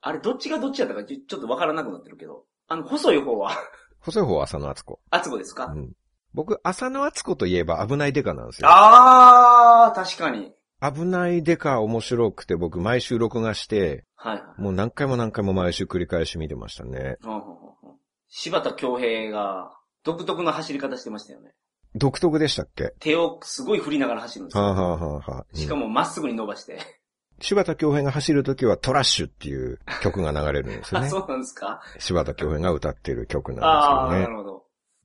あれ、どっちがどっちやったかちょちょっとわからなくなってるけど。あの、細い方は、 細い方は浅野敦子。厚子ですか、うん。僕、浅野敦子といえば危ないデカなんですよ。あー、確かに。危ないデカ面白くて僕毎週録画して、はいはい。もう何回も何回も毎週繰り返し見てましたね。ほんほんほんほん柴田恭平が、独特の走り方してましたよね。独特でしたっけ手をすごい振りながら走るんですはあ、よ。はあはあはあ、うんしかもまっすぐに伸ばして。柴田恭平が走るときはトラッシュっていう曲が流れるんですよあ、ね。そうなんですか柴田恭平が歌ってる曲なあんあー、ですなよね。るほ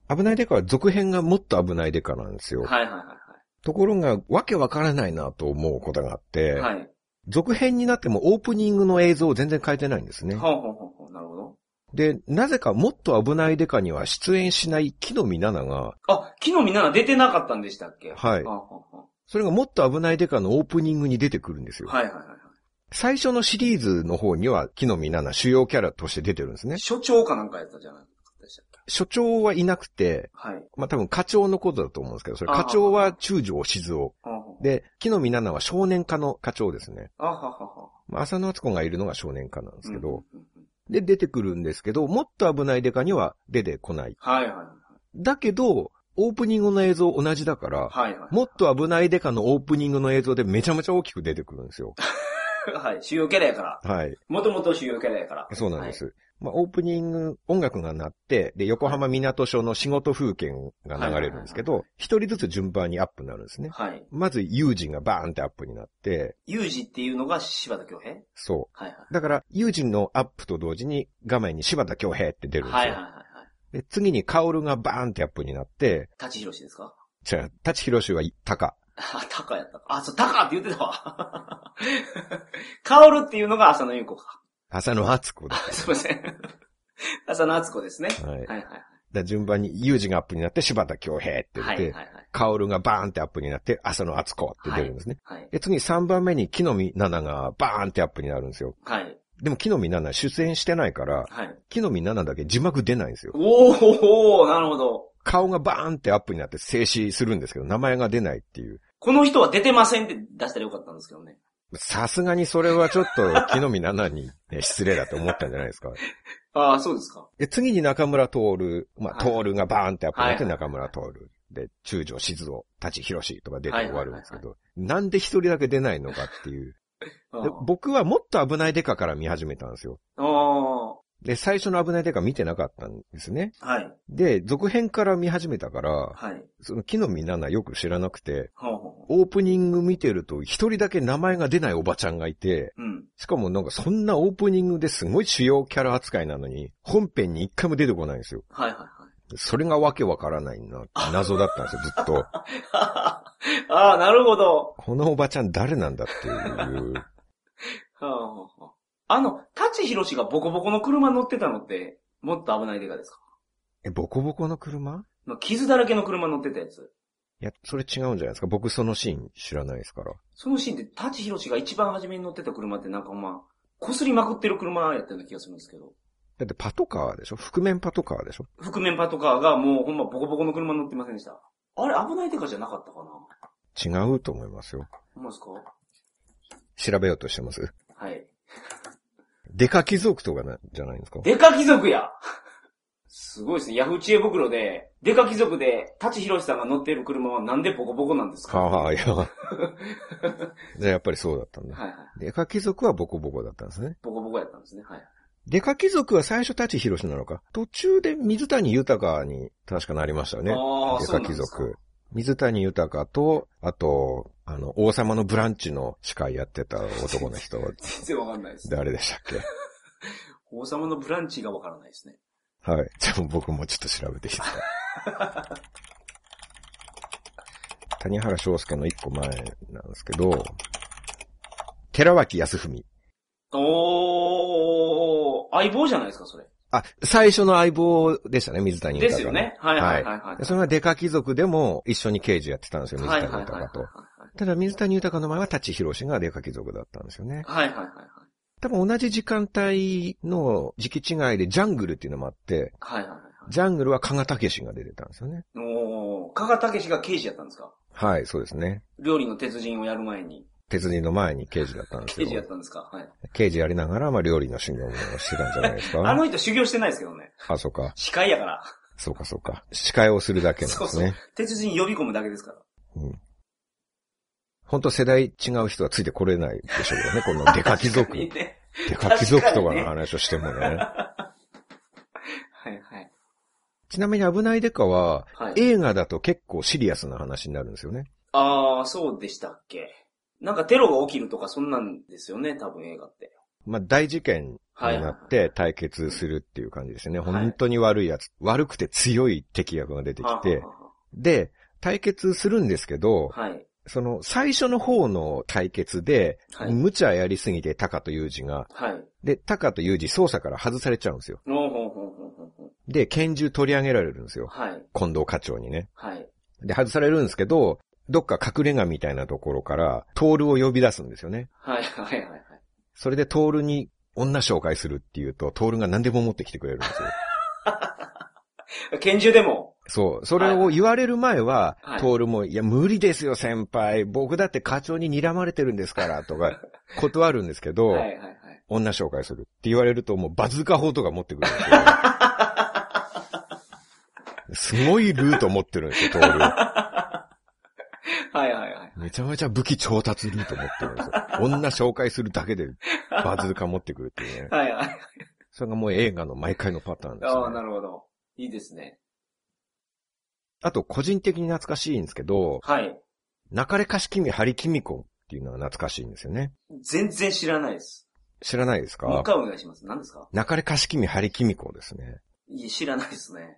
ど。危ないデカは続編がもっと危ないデカなんですよ。はいはいはところが、わけわからないなと思うことがあって、いはい。はい。続編になってもオープニングの映像を全然変えてないんですね。ほんほんほんほん、なるほど。で、なぜかもっと危ないデカには出演しない木の実奈々が、あ、昨日みんな出てなかったんでしたっけはいほんほんほんそれがもっと危ないデカのオープニングに出てくるんですよ。はいはいはいは最初のシリーズの方には木の実奈々主要キャラとして出てるんですねい。。所長かなんかやったじゃないですか。所長はいなくて、はい。まあ、多分課長のことだと思うんですけど、それあー課長は中条静雄。ほんほんほん、で、木の実奈々は少年課の課長ですね。あははは。まあ、浅野敦子がいるのが少年課なんですけど、うんうんうん。で、出てくるんですけど、もっと危ないデカには出てこない。はいはいはい。だけど、オープニングの映像同じだから、はいはい。もっと危ないデカのオープニングの映像でめちゃめちゃ大きく出てくるん ですよ。はい。主要キャラやから。はい。もともと主要キャラやから。そうなんです。まあ、オープニング、音楽が鳴って、で、横浜港署の仕事風景が流れるんですけど、一人ずつ順番にアップになるんですね。はい。はい。まず、友人がバーンってアップになって、ユージっていうのが柴田恭平そはいはい。う。だから、友人のアップと同時に画面に柴田恭平って出るんですよ。はいはいはいはい。で、次にカオルがバーンってアップになって、立ち広しですかじゃあ、立ち広しはタカ。あ、タカやったか。あ、そう、タカって言ってたわ。カオルっていうのが浅野ゆう子か。浅野敦子であす。すいません。浅野敦子ですね。はい。だかはいはいはい。ら順番に、ユージがアップになって、柴田恭平って言はっいはいては、い。カオルがバーンってアップになって、浅野敦子って出るんですね。はい。で、次3番目に木の実奈々がバーンってアップになるんですよ。はい。でも木の実奈々出演してないから、はい。木の実奈々だけ字幕出ないんですよ。おーおーなるほど。顔がバーンってアップになって静止するんですけど、名前が出ないっていう。この人は出てませんって出したらよかったんですけどね。さすがにそれはちょっと木の実奈々に、ね、失礼だと思ったんじゃない ですか。ああ、そうですか。で、次に中村徹、まあ、はい徹がバーンってアップになってはい中村徹、で、中条静雄、立広しとか出て終わるんですけど、なんで一人だけ出ないのかって いう。あでー僕はもっと危ないデカから見始めたんですよ。あー、で、最初の危ないデカ見てなかったんですね。はい、で、続編から見始めたから、はい。その木の実奈々よく知らなくて、ほうほうほオープニング見てると一人だけ名前が出ないおばちゃんがいて、う。うん。しかもなんかそんなオープニングですごい主要キャラ扱いなのに、本編に一回も出てこないんですよ。はいはいはい。それがわけわからないな、謎だったんですよ、ずっと。あ あ、なるほど。このおばちゃん誰なんだっていう。はあはあはああの、立ち広しがボコボコの車乗ってたのって、もっと危ないデカですかえ、ボコボコの車まあ傷だらけの車乗ってたやつ。いや、それ違うんじゃないですか。僕そのシーン知らないですから。そのシーンで、舘ひろしが一番初めに乗ってた車ってなんかまあ、こすりまくってる車やったような気がするんですけど。だってパトカーでしょ覆面パトカーでしょ覆面パトカーがもうほんまボコボコの車乗ってませんでした。あれ危ないデカじゃなかったかな違うと思いますよ。ほんまですか調べようとしてます。はい。デカ貴族とかな、じゃないんですかデカ貴族やすごいですね。ヤフー知恵袋で、デカ貴族で、舘ひろしさんが乗ってる車はなんでボコボコなんですかはあ、いや。じゃあやっぱりそうだったんだ。はいはい。デカ貴族はボコボコだったんですね。ボコボコやったんですね。はい。デカ貴族は最初舘ひろしなのか。途中で水谷豊に確かなりましたよね。ああ、デそうカなん貴ですか。族。水谷豊と、あと、あの、王様のブランチの司会やってた男の 人、全然わかんないです。誰でしたっ王様のブランチがわからないですね。けはい。じゃあ僕もちょっと調べてきた。 谷原章介の一個前なんですけど、寺脇康文。おー、相棒じゃないですか、それ。あ、最初の相棒でしたね、水谷豊でが。すよね。はいはいはいはい。でそれはデカ貴族でも一緒に刑事やってたんですよ、水はい谷はいはいはい豊と。ただ水谷豊の前は舘ひろしがデカ貴族だったんですよね。はいはいはいはい。多分同じ時間帯の時期違いでジャングルっていうのもあって、はいはいはいはい。ジャングルは加賀武史が出てたんですよね。おー、加賀武が刑事やったんですかはい、そうですね。料理の鉄人をやる前に。鉄人の前に刑事だったんです刑よ事。やったんですかはい。刑事やりながら、まあ料理の修行もしてたんじゃないですか。あの人修行してないですけどね。あ、そうか。司会やから。そうか、そうか。司会をするだけなんですね。そうそう鉄人呼び込むだけですから。うん。本当世代違う人はついてこれないでしょうけどね、このデカ貴族。確かに ねデカ貴族とか確かにねの話をしてもね。はいはい。ちなみに危ないデカは、はい。映画だと結構シリアスな話になるんですよね。あー、そうでしたっけ。なんかテロが起きるとかそんなんですよね、多分映画って。まあ大事件になって対決するっていう感じですよね。はい本当に悪いやつ、悪くて強い敵役が出てきては、で、対決するんですけど、あはあはあはい。その最初の方の対決で、はい。無茶やりすぎてタカとユージが、はい。で、タカとユージ捜査から外されちゃうんですよ。ほうほうほうほうほうほう。で、拳銃取り上げられるんですよ。はい。近藤課長にね。はい。で、外されるんですけど、どっか隠れ家みたいなところから、トールを呼び出すんですよね。はいはいはいはい。それでトールに女紹介するっていうと、トールが何でも持ってきてくれるん ですよ。拳銃でも。そう。それを言われる前は、はいトールも、いや、無理ですよ、先輩。僕だって課長に睨まれてるんですから、と か、断るんですけど、はいはいはい。女紹介するって言われると、もうバズーカ砲とか持ってくるんですよ。 すごいルート持ってるんですよ、トーはいはいはい。ル。めちゃめちゃ武器調達ルート持ってるんですよ。女紹介するだけでバズーカ持ってくるっていうね。はいはい。それがもう映画の毎回のパターンです、ねああ、。なるほど。いいですね。あと、個人的に懐かしいんですけど、はい。なかれかしきみ、はりきみこっていうのが懐かしいんですよね。全然知らないです。知らないですもう一か回お願いします。何ですかなかれかしきみ、はりきみこですね。いや知らないですね。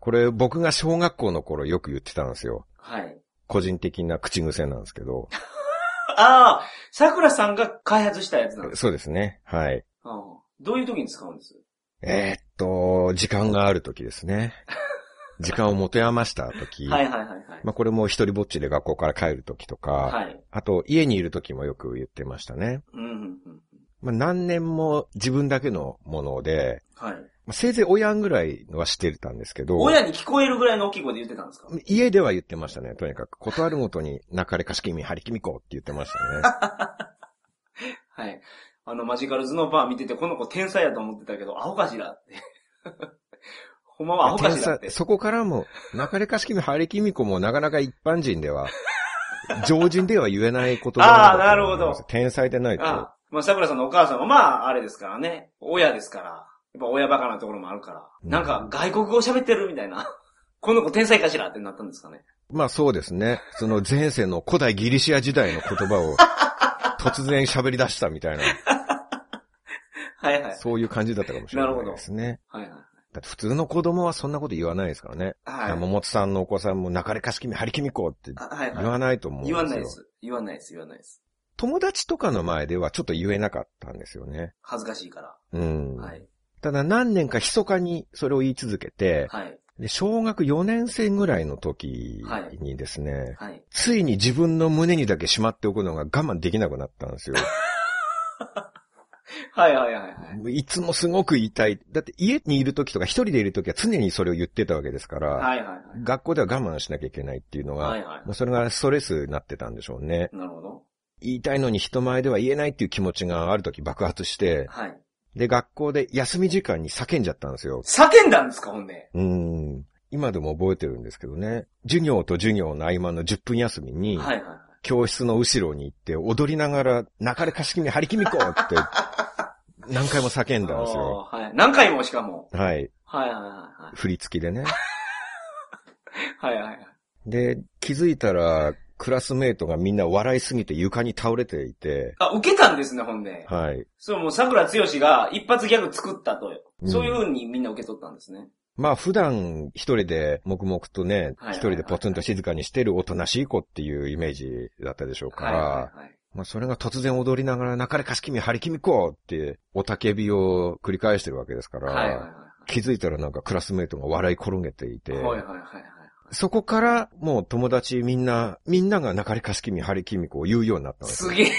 これ、僕が小学校の頃よく言ってたんですよ。はい。個人的な口癖なんですけ ど。ああ、桜さんが開発したやつなんです。そうですね。はい。ああどういう時に使うんですえーっと、時間がある時です ね。時間を持て余した時。はいはいはいはい。まあこれも一人ぼっちで学校から帰る時とか、はい。あと家にいる時もよく言ってましたね。うんうんうん。まあ何年も自分だけのもので、はい。まあせいぜい親ぐらいはしてたんですけど、親に聞こえるぐらいの大きい声で言ってたんですか家では言ってましたね。とにかく、断るごとに、なかれかしきみ、はりきみこって言ってましたね。はい。あの、マジカルズのバー見てて、この子天才やと思ってたけど、アホかしらって。 ほんまはアホかしらって天才。そこからも、なかれかしきみ、はりきみこもなかなか一般人では、常人では言えないことあーなるほど天才でないと。ああまあ、桜さんのお母さんは、まあ、あれですからね。親ですから。やっぱ親バカなところもあるから。うんなんか、外国語喋ってるみたいな。 この子天才かしらってなったんですかね。まあそうですね。その前世の古代ギリシア時代の言葉 を、突然喋り出したみたいな、はいはい。そういう感じだったかもしれないですね。はいはい。だって普通の子供はそんなこと言わないですからね。はい。山本さんのお子さんも、なかれかしきみ、はりきみこってあはい言はわないと思うんい。です言よ。わないです。言わないです。言わないです。友達とかの前ではちょっと言えなかったんですよね。恥ずかしいから。うん。はい。ただ何年か密かにそれを言い続けて、はい。で、小学4年生ぐらいの時にですね、はい。ついに自分の胸にだけしまっておくのが我慢できなくなったん ですよ。はいはいはいはい。いつもすごく痛い。だって家にいる時とか一人でいる時は常にそれを言ってたわけですから、はいはいはい。学校では我慢しなきゃいけないっていうのが、はいはもうそれがストレスになってたんでしょうね。い。なるほど。言いたいのに人前では言えないっていう気持ちがある時爆発して、はい。で、学校で休み時間に叫んじゃったんですよ。叫んだんですか、ほんで。うーん。今でも覚えてるんですけどね。授業と授業の合間の10分休みに、はいはいはい。教室の後ろに行って踊りながら、中で貸し切り張り切みこう って、何回も叫んだんですよ。おーはい。何回もしかも。はい。はいはいは振り付きでね。いはい。はいはいはい。で、気づいたら、クラスメイトがみんな笑いすぎて床に倒れていて、あ、受けたんですね、ほんで。はい。そう、もう桜剛が一発ギャグ作ったと。うんそういう風にみんな受け取ったんですね。まあ普段一人で黙々とねはいはいは、い一人でポツンと静かにしてるおとなしい子っていうイメージだったでしょうかはいはら、いはい。まあそれが突然踊りながら、中で貸し切み張り切みこうって、おたけびを繰り返してるわけですかはいはいはら、気づいたらなんかクラスメイトが笑い転げていてい。、はいはいはいはい。そこからもう友達みんな、みんなが中で貸し切み張り切みこう言うようになったんですすよ。げえ。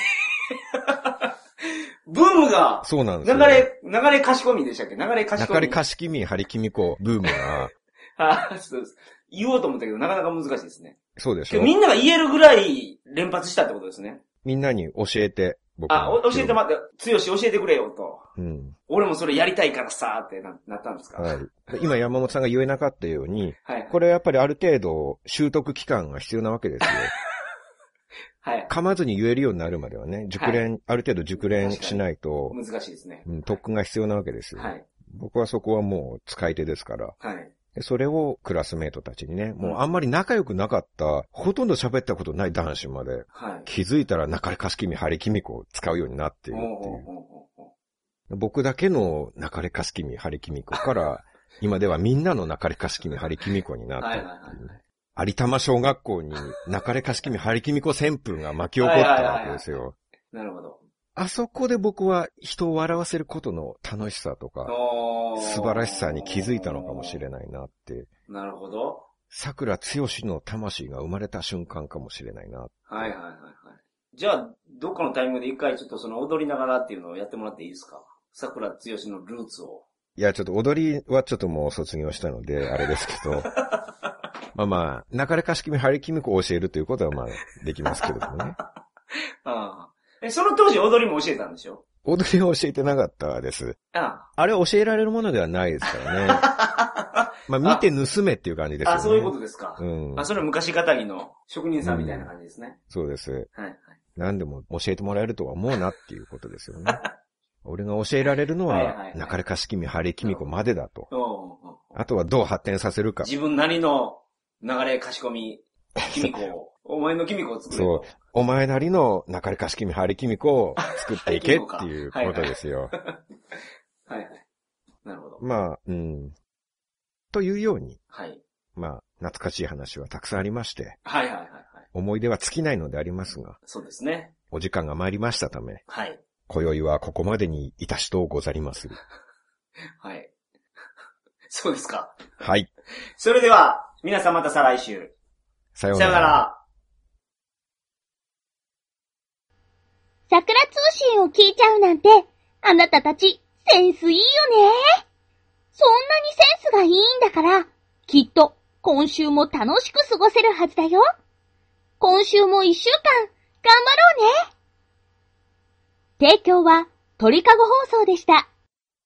ブームが、そうなんです流よ。れ、流れ賢みでしたっけ流れ賢み。中で貸し切み張り切みこうブームが、あそうです。言おうと思ったけど、なかなか難しいですね。そうでしけょどみんなが言えるぐらい連発したってことですね。みんなに教えて、僕あ、おの教えて待って、強し教えてくれよと。うん。俺もそれやりたいからさーってななったんですかはい。で今山本さんが言えなかったように、はい。これはやっぱりある程度習得期間が必要なわけ ですよ。はい。噛まずに言えるようになるまではね、熟練、ある程度熟練しないと、難しいですね。うん、特訓が必要なわけですよ。はい。僕はそこはもう使い手ですから。はい。でそれをクラスメイトたちにね、もうあんまり仲良くなかった、ほとんど喋ったことない男子まで、はい。気づいたら中れかしきみ、張りきみこを使うようになっているおっうていおうう。おうおう僕だけの中れかしきみ、張りきみこ から、今ではみんなの中れかしきみ、張りきみこになったっていうね。はいはいはい有玉小学校に中れかしきみ、張りきみこ旋風が巻き起こったわけですよ。なるほど。あそこで僕は人を笑わせることの楽しさとか、おー素晴らしさに気づいたのかもしれないなって、なるほど。桜強しの魂が生まれた瞬間かもしれないな。はいはいはいはい。じゃあ、どっかのタイミングで一回ちょっとその踊りながらっていうのをやってもらっていいですか桜剛のルーツを。いや、ちょっと踊りはちょっともう卒業したの で、あれですけど。まあまあ、中れかしきみ、張りきみこを教えるということはまあ、できますけれども ね。ああ。え、その当時踊りも教えたんでしょ踊りを教えてなかったです。ああれは教えられるものではないですからね。 あ。まあ、見て盗めっていう感じですよね。あ、そういうことですか。うんあ、。それは昔語りの職人さんみたいな感じですね。そうです。はいはい。何でも教えてもらえるとは思うなっていうことですよ ね。俺が教えられるのはいはいはは、い中れかしきみ、張りきみこまでだと。おうおうおうあとはどう発展させるか。自分なりの流れ、かしこみ、キミコを、お前のキミコを作れと。お前なりの中れかしきみ、張りきみこを作っていけっていうことですよ。はいはい。なるほど。 まあ、うん。というように、はい。まあ、懐かしい話はたくさんありまして、はいはいはいはい。思い出は尽きないのでありますが、そうですね。お時間が参りましたため、はい。今宵はここまでにいたしとうござりまする。はい。 そうですか。はい。それでは、皆さんまた再来週。さようさなよなら。ら。桜通信を聞いちゃうなんて、あなたたち、センスいいよね。そんなにセンスがいいんだから、きっと、今週も楽しく過ごせるはずだよ。今週も一週間、頑張ろうね。提供は、鳥かご放送でした。